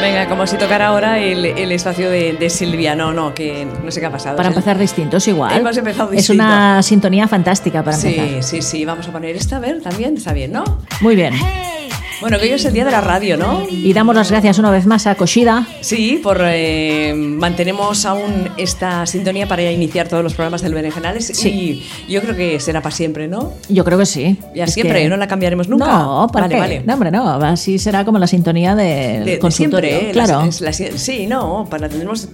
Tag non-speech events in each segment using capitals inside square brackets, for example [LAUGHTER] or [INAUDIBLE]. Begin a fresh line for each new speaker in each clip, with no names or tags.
Venga, como si tocara ahora el, el espacio de, de Silvia. No, no, que no sé qué ha pasado.
Para
Es el-
empezar distintos igual.
Hemos empezado
es
distinto.
una sintonía fantástica para empezar.
Sí, sí, sí. Vamos a poner esta, a ver, también está bien, ¿no?
Muy bien.
Bueno, que hoy es el día de la radio, ¿no?
Y damos las gracias una vez más a Koshida.
Sí, por eh, mantenemos aún esta sintonía para iniciar todos los programas del Berenjenales
Sí.
y yo creo que será para siempre, ¿no?
Yo creo que sí.
Ya
Es
siempre,
que-
no la cambiaremos nunca.
No, ¿para
vale,
qué?
vale.
No, hombre, no. Así será como la sintonía del
De- de
consultorio.
siempre, ¿eh?
claro.
Las- las- sí, no, para tendremos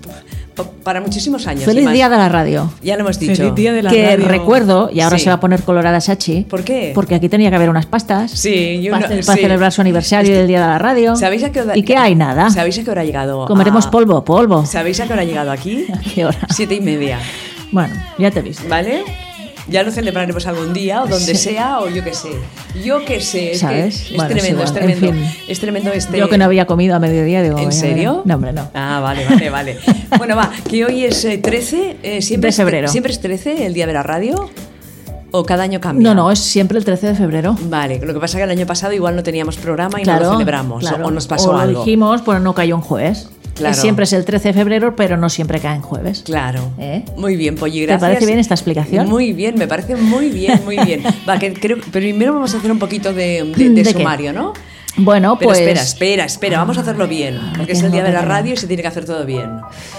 pa- para muchísimos años. y
Feliz
más.
día de la radio.
Ya lo hemos dicho.
Feliz día de la
que
radio.
recuerdo, y ahora
Sí.
se va a poner colorada Sachi.
¿Por qué?
Porque aquí tenía que haber unas pastas.
Sí, y
para,
uno-
ce- para
sí.
celebrar su aniversario del Día de la Radio.
¿Sabéis a qué hora?
¿Y qué hay? Nada.
¿Sabéis Ah. a qué hora ha llegado?
Comeremos
a-
polvo, polvo.
¿Sabéis a qué hora ha llegado aquí?
[LAUGHS] ¿A qué hora?
Siete y media,
Bueno, ya te he visto.
¿vale? Ya lo celebraremos algún día, o donde
Sí.
sea, o yo qué sé. Yo qué sé. Es, que
¿Sabes?
es
Bueno, es
tremendo, es,
igual, en
tremendo.
fin.
Es tremendo este.
Yo que no había comido a mediodía, digo.
¿En
"Voy a ver".
serio?
No, hombre, no.
Ah, vale, vale,
[LAUGHS]
vale. bueno, va, que hoy es eh, 13, eh, siempre,
De
es tre-
febrero.
¿Siempre es 13 el día de la radio? ¿O cada año cambia?
No, no, es siempre el 13 de febrero.
Vale, lo que pasa que el año pasado igual no teníamos programa y
claro,
no lo celebramos,
claro.
o nos pasó
O lo
algo.
dijimos, bueno, no cayó en jueves.
Claro.
Siempre es el 13 de febrero, pero no siempre cae en jueves.
Claro.
¿Eh?
Muy bien, Polly,
¿Te
gracias.
parece bien esta explicación?
Muy bien, me parece muy bien, muy
[LAUGHS]
bien. Va, que creo, pero primero vamos a hacer un poquito de, de- de
¿De qué?
sumario, ¿no?
Bueno,
Pero
pues. Ah,
espera, espera, espera, vamos a hacerlo bien, porque es el
tengo
día de la
que-
radio y se tiene que hacer todo bien.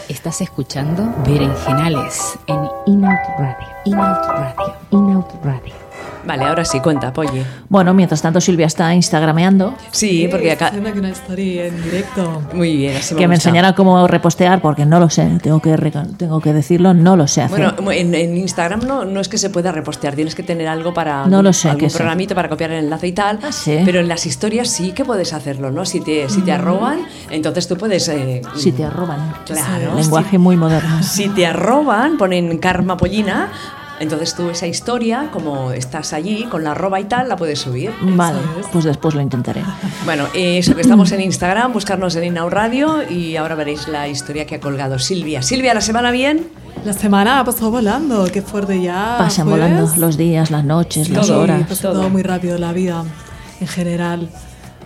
Estás escuchando Berenjenales en Inout Radio. Inout Radio. Inout Radio.
Vale, ahora sí, cuenta, Polly.
Bueno, mientras tanto, Silvia está instagrameando.
Sí,
Eh,
porque acá...
Haciendo aquí una historia en directo.
Muy bien, así me
que me
gusta.
enseñara cómo repostear, porque no lo sé, tengo que, reca- tengo que decirlo, no lo sé hacer.
Bueno, en, en Instagram no, no es que se pueda repostear, tienes que tener algo para
No lo sé,
algún
que sí.
programito para copiar el enlace y tal.
Ah, sí. Mm.
Pero en las historias sí que puedes hacerlo, ¿no? Si te, si te arroban, entonces tú puedes. eh,
si te arroban.
Claro.
Lenguaje muy moderno.
Si te arroban, ponen Karma Pollina, entonces tú esa historia, como estás allí con la arroba y tal, la puedes subir.
Vale, pues después lo intentaré.
Bueno, eh, eso que estamos en Instagram, buscarnos en Inau Radio y ahora veréis la historia que ha colgado Silvia. Silvia, ¿la semana bien?
La semana ha pasado volando, qué fuerte ya.
Pasan
pues.
¿jueves?
volando los días, las noches,
Sí,
las
todo.
horas.
pasa todo.
todo.
muy rápido la vida en general.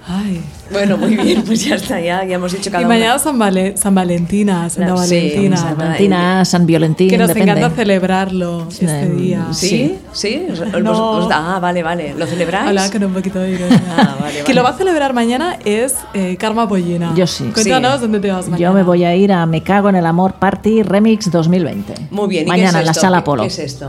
Ay.
Bueno, muy bien, pues ya está, ya, ya hemos dicho cada
y
una.
mañana San, Vale- San Valentina, Santa
Claro, sí,
Valentina.
San Val-
Valentina, San Violentín,
que nos
depende.
encanta celebrarlo este
Em,
día.
¿Sí? ¿Sí? ¿Os- os-
No.
os- ah, vale, vale. ¿Lo celebráis?
Habla con un poquito de
[LAUGHS]
ironía.
Ah, vale,
Que lo va
vale.
a celebrar mañana es eh, Karma Pollina.
Yo sí.
Cuéntanos
Sí.
dónde te vas mañana.
Yo me voy a ir a Me Cago en el Amor Party Remix 2020.
Muy bien. ¿y qué
Mañana
es
en la
esto?
sala
¿Qué-
Polo.
¿Qué es esto?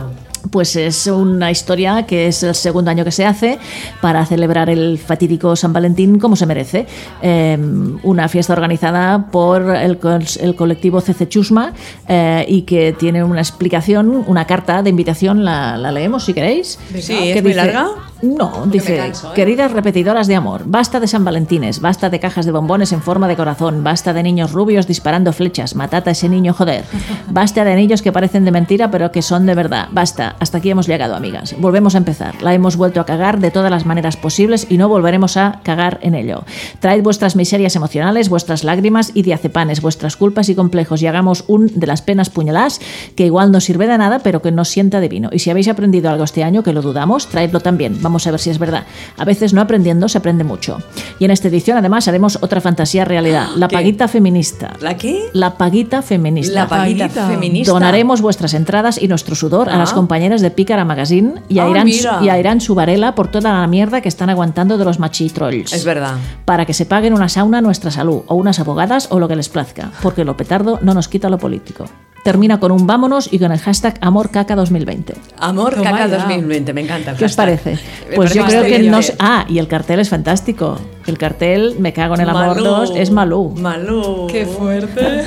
Pues es una historia que es el segundo año que se hace para celebrar el fatídico San Valentín como se merece. Eh, una fiesta organizada por el, co- el colectivo CC Chusma eh, y que tiene una explicación, una carta de invitación, la, la leemos si queréis.
Sí,
Que
¿es muy larga?
No, dice,
me canso, ¿eh?
queridas repetidoras de amor, basta de San Valentines, basta de cajas de bombones en forma de corazón, basta de niños rubios disparando flechas, matata a ese niño, joder,
[LAUGHS]
basta de anillos que parecen de mentira pero que son de verdad, basta, hasta aquí hemos llegado, amigas. Volvemos a empezar, la hemos vuelto a cagar de todas las maneras posibles y no volveremos a cagar en ello. Traed vuestras miserias emocionales, vuestras lágrimas y diazepanes, vuestras culpas y complejos y hagamos un de las penas puñaladas que igual no sirve de nada pero que nos sienta de vino. Y si habéis aprendido algo este año, que lo dudamos, traedlo también. Vamos a ver si es verdad. A veces no aprendiendo se aprende mucho. Y en esta edición además haremos otra
[GASPS]
fantasía realidad, la
¿Qué?
paguita feminista.
¿La qué?
La paguita feminista.
La paguita
Paguita.
feminista.
Donaremos vuestras entradas y nuestro sudor
Ah.
a las compañeras de Pícara Magazine y a,
Ah,
Irán,
mira.
y a Irán su varela por toda la mierda que están aguantando de los machitrolls.
Es verdad.
Para que se paguen una sauna a nuestra salud, o unas abogadas o lo que les plazca, porque lo petardo no nos quita lo político. Termina con un vámonos y con el hashtag AmorCaca2020.
Amor
Toma
Caca
ya.
2020, me encanta. el
¿Qué os
hashtag.
parece?
Me
Pues
parece
yo creo que
excelente.
no sé- Ah, y el cartel es fantástico. El cartel, me cago en el amor
Malú.
2, es Malú.
Malú.
[LAUGHS]
Qué fuerte.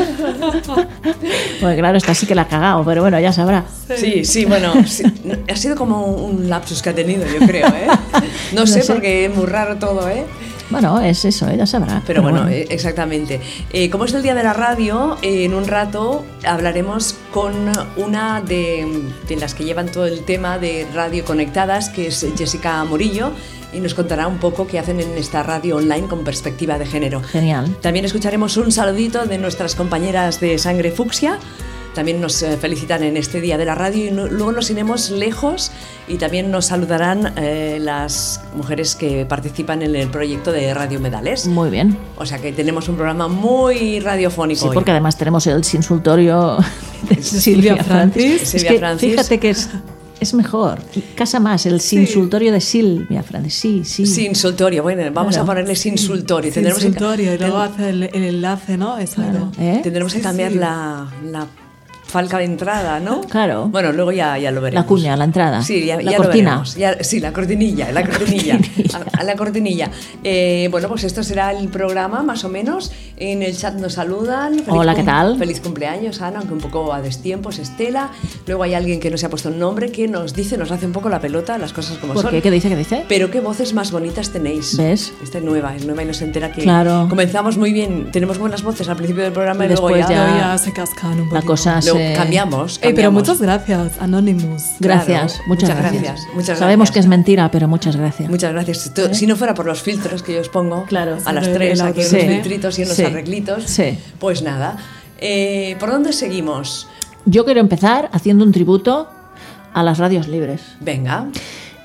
Pues claro, esta sí que la ha cagado, pero bueno, ya sabrá.
Sí, sí, bueno, sí. No, ha sido como un lapsus que ha tenido, yo creo,
[LAUGHS]
¿eh? No,
No
sé,
sé.
porque es muy raro todo, ¿eh?
Bueno, es eso, ella sabrá.
Pero bueno, eh, exactamente. Eh, como es el día de la radio, eh, en un rato hablaremos con una de, de las que llevan todo el tema de radio conectadas, que es Jessica Morillo, y nos contará un poco qué hacen en esta radio online con perspectiva de género.
Genial.
También escucharemos un saludito de nuestras compañeras de Sangre Fucsia. también nos eh, felicitan en este día de la radio y no- luego nos iremos lejos y también nos saludarán eh, las mujeres que participan en el proyecto de Radio Medales.
Muy bien.
O sea que tenemos un programa muy radiofónico.
Sí,
hoy.
porque además tenemos el sinsultorio de Silvia Francis. Es
Silvia
que
Francis.
Fíjate que es, es mejor. Casa más, el sinsultorio de Silvia Francis. Sí, sí.
Sin soltorio, bueno, vamos a
Claro.
ponerle sin soltorio.
Sin
Tendremos, que-
sudorio, y luego hace el, el enlace, ¿no? Exacto.
Claro. ¿Eh?
tendremos que
Sí,
cambiar
sí.
la, la falca de entrada, ¿no?
Claro.
Bueno, luego ya, ya lo veremos.
La cuña, la entrada.
Sí, ya,
la
ya lo
cortina.
veremos. Ya- sí, la cortinilla,
[LAUGHS]
la cortinilla.
cortinilla.
A, a la cortinilla. Eh, bueno, pues esto será el programa, más o menos. En el chat nos saludan. Feliz
Hola, ¿qué
cum-
tal?
Feliz cumpleaños, Ana, aunque un poco a destiempos, Estela. Luego hay alguien que no se ha puesto el nombre que nos dice, nos hace un poco la pelota, las cosas como
¿Por
son.
qué? ¿Qué dice? ¿Qué dice?
Pero qué voces más bonitas tenéis.
¿Ves?
Esta es nueva, es nueva y no se entera que
Claro.
comenzamos muy bien, tenemos buenas voces al principio del programa y,
Y después
luego ya,
Luego
Ya.
ya se cascan un
La
poquito.
cosa
luego
se-
cambiamos,
Ey, pero
cambiamos.
muchas gracias, Anonymous.
Gracias,
Claro,
muchas,
muchas
gracias.
gracias, muchas
Sabemos
gracias.
que es mentira, pero muchas gracias.
Muchas gracias. Tú- Si no fuera por los filtros que yo os pongo
¿Eh? Claro.
a las
Sí,
tres,
el
aquí en
audio,
los
sí.
filtritos y en los
Sí.
arreglitos,
Sí.
pues nada. Eh, ¿Por dónde seguimos?
Yo quiero empezar haciendo un tributo a las radios libres.
Venga,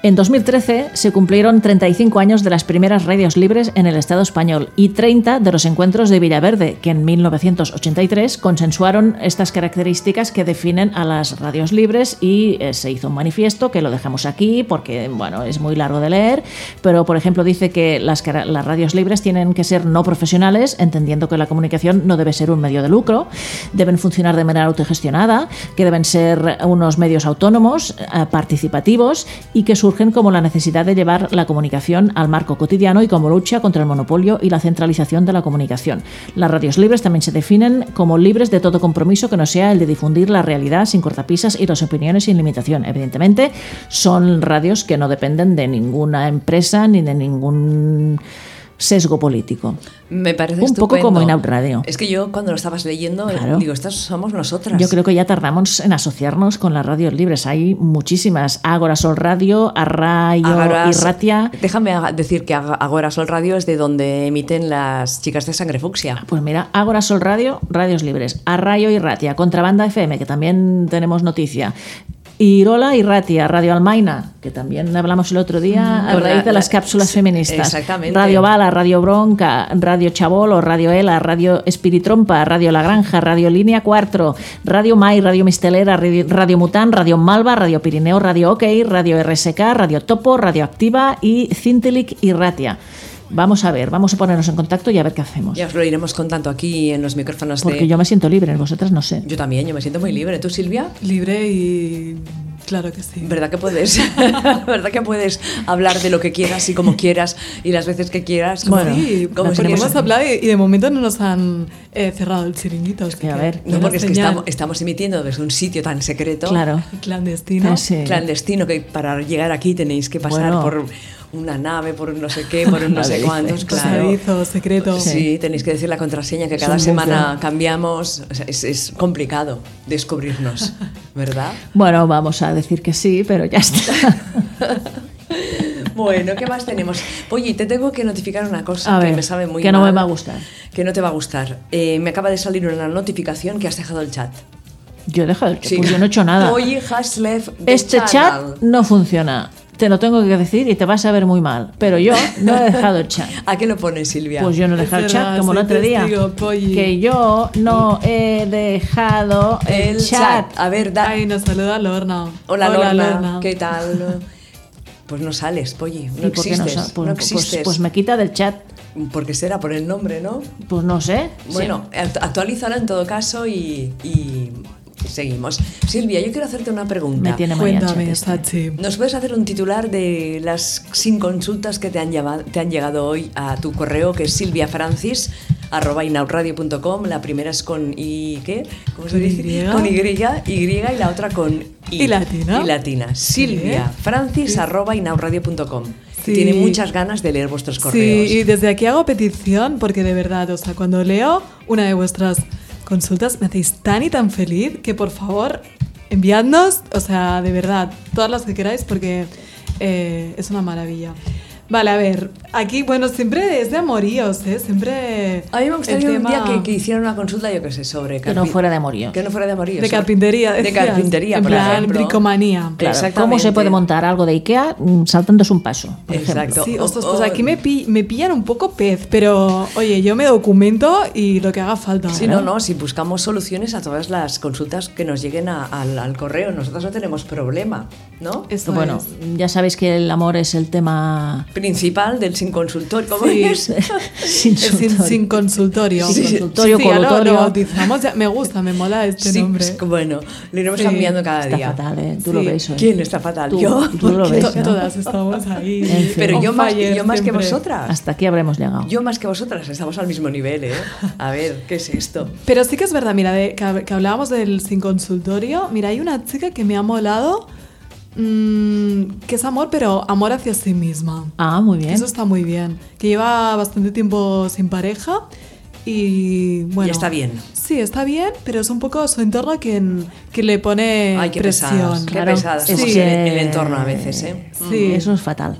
En 2013 se cumplieron 35 años de las primeras radios libres en el Estado español y 30 de los encuentros de Villaverde, que en 1983 consensuaron estas características que definen a las radios libres y eh, se hizo un manifiesto que lo dejamos aquí porque bueno, es muy largo de leer, pero por ejemplo dice que las, cara- las radios libres tienen que ser no profesionales, entendiendo que la comunicación no debe ser un medio de lucro, deben funcionar de manera autogestionada, que deben ser unos medios autónomos, eh, participativos y que surgen como la necesidad de llevar la comunicación al marco cotidiano y como lucha contra el monopolio y la centralización de la comunicación. Las radios libres también se definen como libres de todo compromiso que no sea el de difundir la realidad sin cortapisas y las opiniones sin limitación. Evidentemente, son radios que no dependen de ninguna empresa ni de ningún sesgo político.
me parece
Un poco
estupendo.
como en Out Radio.
Es que yo cuando lo estabas leyendo, eh,
Claro.
digo, estas somos nosotras.
Yo creo que ya tardamos en asociarnos con las radios libres. Hay muchísimas. Ágora Sol Radio, Arrayo
Agora-
y Ratia.
Déjame aga- decir que Aga- Agora Sol Radio es de donde emiten las chicas de sangre fucsia.
Pues mira, Ágora Sol Radio, Radios Libres, Arrayo y Ratia, Contrabanda FM, que también tenemos noticia. Irola y Ratia, Radio Almaina, que también hablamos el otro día a
Mm, con
raíz
la-
de las
la-
cápsulas
sí,
feministas.
exactamente.
Radio Bala, Radio Bronca, Radio Chabolo, Radio Ela, Radio Espiritrompa, Radio La Granja, Radio Línea 4, Radio Mai, Radio Mistelera, Radio, Radio Mután, Radio Malva, Radio Pirineo, Radio OK, Radio RSK, Radio Topo, Radio Activa y Cintelic y Ratia. Vamos a ver, vamos a ponernos en contacto y a ver qué hacemos.
Ya os lo iremos contando aquí en los micrófonos
Porque
de...
yo me siento libre, vosotras no sé.
yo también, yo me siento muy libre. ¿Tú, Silvia?
Libre y claro que sí.
¿Verdad que puedes? [LAUGHS] ¿Verdad que puedes hablar de lo que quieras y como quieras y las veces que quieras?
Bueno,
sí,
como
la
si
tenemos
porque
quieras.
hemos hablado y, y de momento no nos han eh, cerrado el chiringuito. así
que, a
que
ver,
No,
buena
porque es que
señal.
estamos, estamos emitiendo desde un sitio tan secreto,
Claro.
Clandestino.
Ah, sí.
clandestino, que para llegar aquí tenéis que pasar
Bueno.
por una nave, por un no sé qué, por un
[LAUGHS]
no sé
Nave,
cuántos,
dices.
claro.
Pasadizo, secreto.
Sí. tenéis que decir la contraseña que
Es
cada
un
semana
bucle.
cambiamos. O sea, es, es complicado
[LAUGHS]
descubrirnos, ¿verdad?
Bueno, vamos a decir que sí, pero ya
[LAUGHS]
está.
Bueno, ¿qué más tenemos? Oye, te tengo que notificar una cosa
A
que
ver,
me sabe muy
que no
mal,
me va a gustar.
Que no te va a gustar. Eh, me acaba de salir una notificación que has dejado el chat.
Yo he dejado el
Sí.
pues yo no he
[LAUGHS]
hecho nada.
Oye, has left the
este
channel.
chat no funciona. Te lo tengo que decir y te vas a ver muy mal. Pero yo no he dejado
[LAUGHS]
el chat.
¿A qué lo pones, Silvia?
Pues yo no he dejado el
Es
chat,
verdad,
como el
soy
otro día.
testigo, Polly.
Que yo no he dejado el,
el chat. A ver, da.
Ay, nos saluda Lorna.
Hola, Lorna.
Lorna.
¿Qué tal? Pues no sales, Polly.
¿Y
No
por qué no
existes.
sa-
Ah, no
pues- pues-
existes.
pues me quita del chat.
Porque será por el nombre, ¿no?
Pues no sé.
Bueno, act- actualízala en todo caso y, y seguimos. Silvia, yo quiero hacerte una pregunta.
Me tiene manía el chat
Cuéntame,
este.
Sachi.
¿Nos puedes hacer un titular de las sin consultas que te han, lleva- te han llegado hoy a tu correo, que es silviafrancis.com? La primera es con I, ¿qué? ¿Cómo se
Con
dice?
Y.
Con Y, Y y la otra con I.
Y latina.
Y latina. silviafrancis.inauradio.com.
Sí.
Tiene muchas ganas de leer vuestros correos.
Sí, y desde aquí hago petición porque de verdad, o sea, cuando leo una de vuestras consultas me hacéis tan y tan feliz que por favor enviadnos, o sea, de verdad, todas las que queráis porque eh, es una maravilla. Vale, a ver, aquí, bueno, siempre es de amoríos, ¿eh? Siempre.
A mí me gustaría
el
un día
tema
que, que hiciera una consulta, yo qué sé, sobre...
Que no
carpi-
fuera de amorío.
Que no fuera de amorío.
De
sobre-
carpintería.
De
decías.
carpintería,
En
por
plan,
ejemplo.
bricomanía.
Claro,
¿Cómo se puede montar algo de Ikea Mm, saltándose un paso? Por ejemplo.
Exacto.
Sí,
O-
ostras,
o-
pues aquí me, pi- me pillan un poco pez, pero oye, yo me documento y lo que haga falta. ¿eh?
Sí, no, no, si buscamos soluciones a todas las consultas que nos lleguen a- al, al correo, nosotros no tenemos problema, ¿no?
Eso
bueno,
es.
Pues-
ya sabéis que el amor es el tema
Principal del sin consultor, ¿cómo [LAUGHS]
Sí.
es?
sin,
[LAUGHS] El sin,
soltar.
sin consultorio.
Sin consultorio, pues,
Sí, ya lo-
colutorio.
lo bautizamos, ya- me gusta, me mola este
[LAUGHS] Sí, pues,
nombre.
bueno, lo iremos
Sí.
cambiando cada
Está
día.
fatal, ¿eh? Tú lo
Sí.
veis hoy.
¿Quién está fatal?
Tú,
yo.
tú
[LAUGHS]
lo
Porque-
ves,
To-
¿no?
Todas estamos ahí.
En fin.
Pero
on
yo más,
fire
yo más que
siempre.
vosotras.
Hasta aquí habremos llegado.
Yo más que vosotras, estamos al mismo nivel, ¿eh? A ver, ¿qué es esto?
Pero sí que es verdad, mira, de- que, hab- que hablábamos del sin consultorio. Mira, hay una chica que me ha molado, mm, que es amor, pero amor hacia sí misma.
Ah, muy bien.
Eso está muy bien. Que lleva bastante tiempo sin pareja y bueno.
Y está bien.
Sí, está bien, pero es un poco su entorno quien, quien le pone
Ay, qué pesadas.
Eh, presión.
Qué
claro.
pesadas.
Es
somos el,
que-
el entorno a veces, ¿eh?
Sí.
Eso es fatal.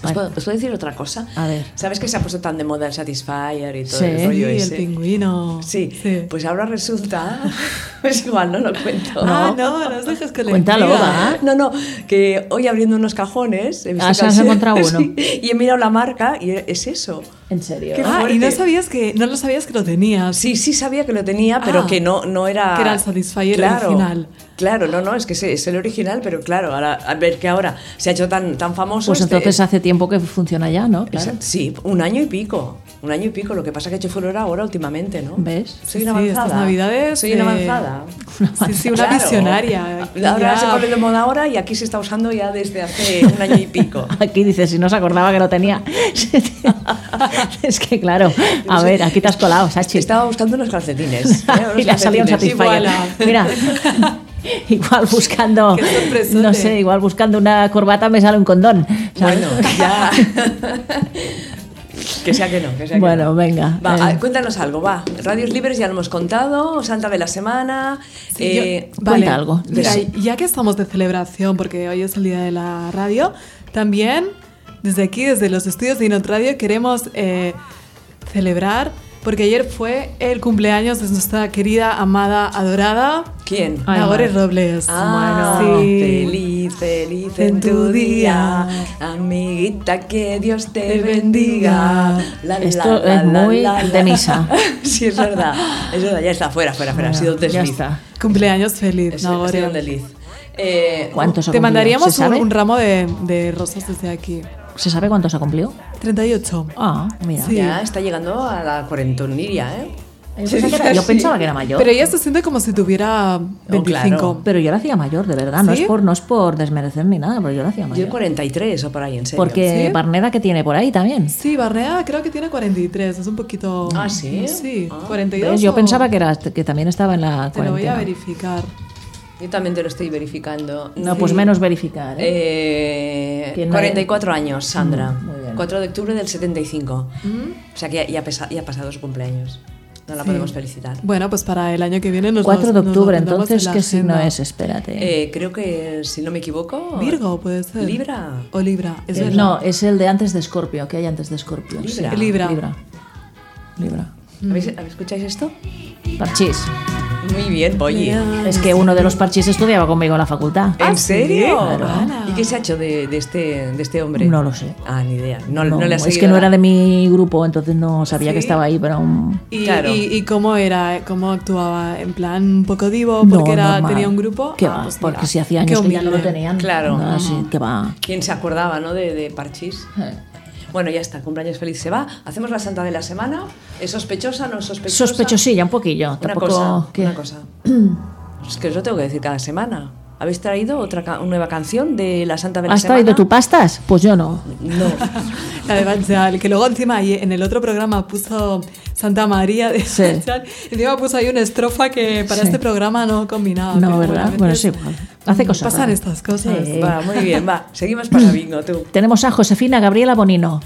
¿Os Pues
Vale.
puedo, os puedo decir otra cosa?
A ver.
¿Sabes que se ha puesto tan de moda el Satisfyer y todo
Sí.
el
Sí,
rollo
el
ese?
pingüino.
Sí. pues ahora resulta. [LAUGHS] Es igual, no lo cuento.
Ah, no, no os dejes que le
Cuéntalo,
diga.
va.
No, no, que hoy abriendo unos cajones. he visto
Ah,
que
se has
así- [LAUGHS]
encontrado uno.
sí, y he mirado la marca y es eso.
En serio.
Qué
Ah, y
fuerte.
no sabías que no lo sabías que lo tenías.
Sí, sí sabía que lo tenía, pero
Ah,
que no, no era...
que era el Satisfyer
Claro,
original.
Claro, no, no, es que sí, es el original, pero claro, ahora, a ver que ahora se ha hecho tan, tan famoso...
Pues
este-
entonces hace tiempo que funciona ya, ¿no? Claro.
Exacto, Sí, un año y pico. Un año y pico. Lo que pasa que he hecho furor ahora últimamente, ¿no?
¿Ves?
Soy una
Sí,
avanzada.
estas navidades,
Soy [LAUGHS] una
eh,
avanzada.
Sí, sí, una
Claro.
visionaria.
Ahora
Ya.
se pone de moda ahora y aquí se está usando ya desde hace un año y [LAUGHS] pico.
[LAUGHS] Aquí dice, si no se acordaba que
[LAUGHS]
lo tenía. [LAUGHS] es que claro, a ver, aquí te has colado, Sachi.
Estaba buscando unos [LAUGHS] calcetines. ¿eh? Unos
[LAUGHS] y le ha salido un
calcetines.
Satisfyer.
Igual a-
[LAUGHS] Mira, igual buscando,
Qué sorpresote.
no sé, igual buscando una corbata me sale un condón. ¿sabes?
[LAUGHS] Bueno, ya. que sea que no, que sea que
Bueno,
no.
venga,
Va,
eh.
a- cuéntanos algo, va. Radios libres ya lo hemos contado, Santa de la Semana.
Sí, yo-
eh,
cuenta algo.
Mira,
Sí.
ya que estamos de celebración, porque hoy es el día de la radio, también desde aquí, desde los estudios de Inot Radio, queremos eh, celebrar, porque ayer fue el cumpleaños de nuestra querida, amada, adorada
¿Quién?
Ay,
Nagore
madre.
Robles.
Ah,
Bueno, sí.
feliz, feliz en tu día, amiguita, que Dios te
Te
bendiga. La, la,
Esto
la,
es
la,
muy
la, la.
de misa.
[LAUGHS] sí, es verdad, es verdad, ya está, fuera, fuera, fuera, ha sido un
ya
desliz.
está.
Cumpleaños feliz,
Es- Ha sido un
Nagore.
desliz. Eh,
¿Cuántos ha
Te
cumplido?
mandaríamos
¿Se
un,
sabe?
un ramo de, de rosas desde aquí.
¿Se sabe cuántos ha cumplido?
38.
Ah, mira.
Sí.
Ya está llegando a la cuarentoniria, ¿eh?
Yo pensaba que era- Yo pensaba que era mayor.
Pero ella se siente como si tuviera 25.
Oh, claro.
Pero yo la hacía mayor, de verdad. No,
¿Sí?
es por, no es por desmerecer ni nada, pero yo la hacía
Yo
mayor.
43 o por ahí, en serio.
Porque
¿Sí?
Barneda que tiene por ahí también.
Sí, Barnea creo que tiene 43, es un poquito...
Ah, ¿sí?
Sí,
Ah.
42.
¿Ves? Yo
o-
pensaba que, era, que también estaba en la
Te lo voy a
cuarentena.
verificar.
Yo también te lo estoy verificando.
No, pues
Sí.
menos verificar. ¿eh?
Eh,
Que no
44 años, Sandra.
Mm, muy bien. Mm.
4 de octubre del 75. O sea que ya, ya, pesa- ya ha pasado su cumpleaños. No la
Sí.
podemos felicitar.
Bueno, pues para el año que viene nos
4 de
los- nos lo
octubre,
pondremos
entonces,
en la
¿qué signo
agenda.
es? Espérate.
Eh, creo que, si no me equivoco.
Virgo, puede ser.
Libra.
O Libra, es
Eh,
verdad.
no, es el de antes de Escorpio. ¿Qué hay antes de Escorpio?
Libra.
Libra.
Libra. Libra.
¿Habéis, habéis- ¿Escucháis esto?
Parchís.
Muy bien, oye.
Es que uno de los parchís estudiaba conmigo en la facultad.
¿En serio?
Ah, Claro.
Ana.
¿Y qué se ha hecho de, de este, de este hombre?
No lo sé.
Ah, ni idea. No, no,
No,
le ha
es
seguido
que no
la-
era de mi grupo, entonces no sabía que
¿Sí?
estaba ahí, pero aún-
Y,
Claro.
y, y cómo era, eh, cómo actuaba, en plan un poco divo, porque
No,
era,
normal.
tenía un grupo.
¿Qué
Ah,
va?
pues mira,
Porque si hacía
qué
años que ya no lo
humilde.
tenían.
Claro.
No, sí, que va.
¿Quién se acordaba, no? De, de Parchís. Bueno, ya está, cumpleaños feliz se va. Hacemos la santa de la semana. ¿Es sospechosa, no sospechosa?
Sospechosilla, un poquillo.
Una
Tampoco.
cosa,
¿qué?
una
[CLEARS THROAT]
cosa. Es que os lo tengo que decir cada semana. ¿Habéis traído otra ca- nueva canción de la Santa de la
¿Has
Semana?
traído tu pastas? Pues yo no. [LAUGHS]
No. [LAUGHS]
La de Banchal, que luego encima ahí en el otro programa puso Santa María de
Sí.
Banchal. Encima puso ahí una estrofa que para
Sí.
este programa no combinaba.
No,
pero
¿verdad?
a veces
Bueno, es igual. Hace cosas
Pasan
raras.
estas cosas.
Sí.
va, muy bien, va. Seguimos para bingo, tú.
Tenemos a Josefina Gabriela Bonino,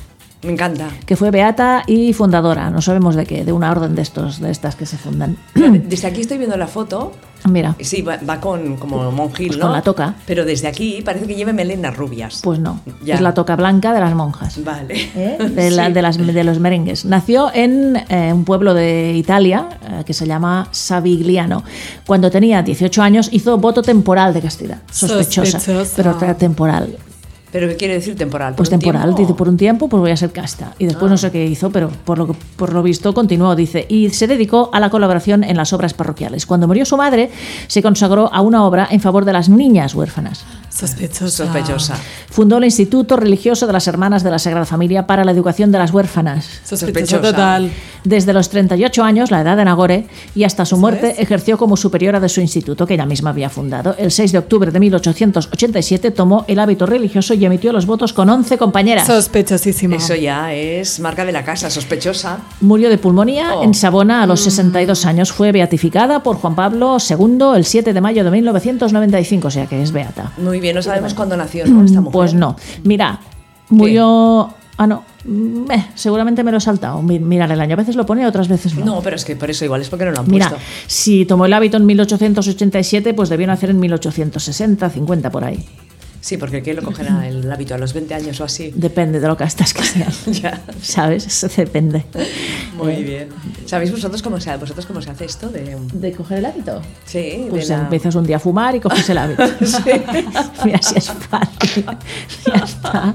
Me
[CLEARS THROAT]
encanta.
que fue beata y fundadora, no sabemos de qué, de una orden de estos, de estas que se fundan. [CLEARS THROAT]
Desde aquí estoy viendo la foto
Mira,
Sí, va, va con como monjil,
Pues
¿no?
con la toca.
Pero desde aquí parece que lleve melenas rubias.
pues no.
Ya.
Es la toca blanca de las monjas.
Vale. [LAUGHS]
De,
¿Eh?
la-
Sí.
de las- de los merengues. Nació en eh, un pueblo de Italia eh, que se llama Savigliano. Cuando tenía 18 años hizo voto temporal de castidad. Sospechosa.
Sospechosa.
Pero tra- temporal.
¿Pero qué quiere decir temporal? ¿Por
Pues
un
temporal.
tiempo? Ah.
Dice, por un tiempo pues voy a ser casta. Y después no sé qué hizo, pero por lo, que- por lo visto continuó, dice. Y se dedicó a la colaboración en las obras parroquiales. Cuando murió su madre, se consagró a una obra en favor de las niñas huérfanas.
Sospechosa.
Sospechosa.
Fundó el Instituto Religioso de las Hermanas de la Sagrada Familia para la Educación de las Huérfanas.
Sospechosa
Sospechosa.
total.
Desde los 38 años, la edad de Nagore, y hasta su muerte
es.
ejerció como superiora de su instituto, que ella misma había fundado. El 6 de octubre de 1887 tomó el hábito religioso y emitió los votos con 11 compañeras.
Sospechosísima.
Eso ya es marca de la casa, sospechosa.
Murió de pulmonía
Oh.
en Sabona a los 62 años. Fue beatificada por Juan Pablo II el 7 de mayo de 1995, o sea que es beata.
Muy bien, no sabemos cuándo nació ¿no? esta mujer.
Pues no. Mira, murió... Ah, no. Mm, eh, seguramente me lo he saltado. Mi- Mirar el año. A veces lo pone, otras veces no.
No, pero es que por eso igual es porque no lo han
Mira,
puesto.
si tomó el hábito en 1887, pues debió nacer en 1860, 50 por ahí.
Sí, porque ¿qué lo cogerá el hábito a los 20 años o así? [LAUGHS]
Depende de lo que estás que sea. [LAUGHS]
Ya.
¿Sabes? Eso depende. Eh.
Muy bien. ¿Sabéis vosotros cómo se, vosotros cómo se hace esto? De,
¿De coger el hábito?
sí,
Pues
de la- [LAUGHS]
empiezas un día a fumar y coges el hábito. [LAUGHS] Mira, si es fácil. Ya está.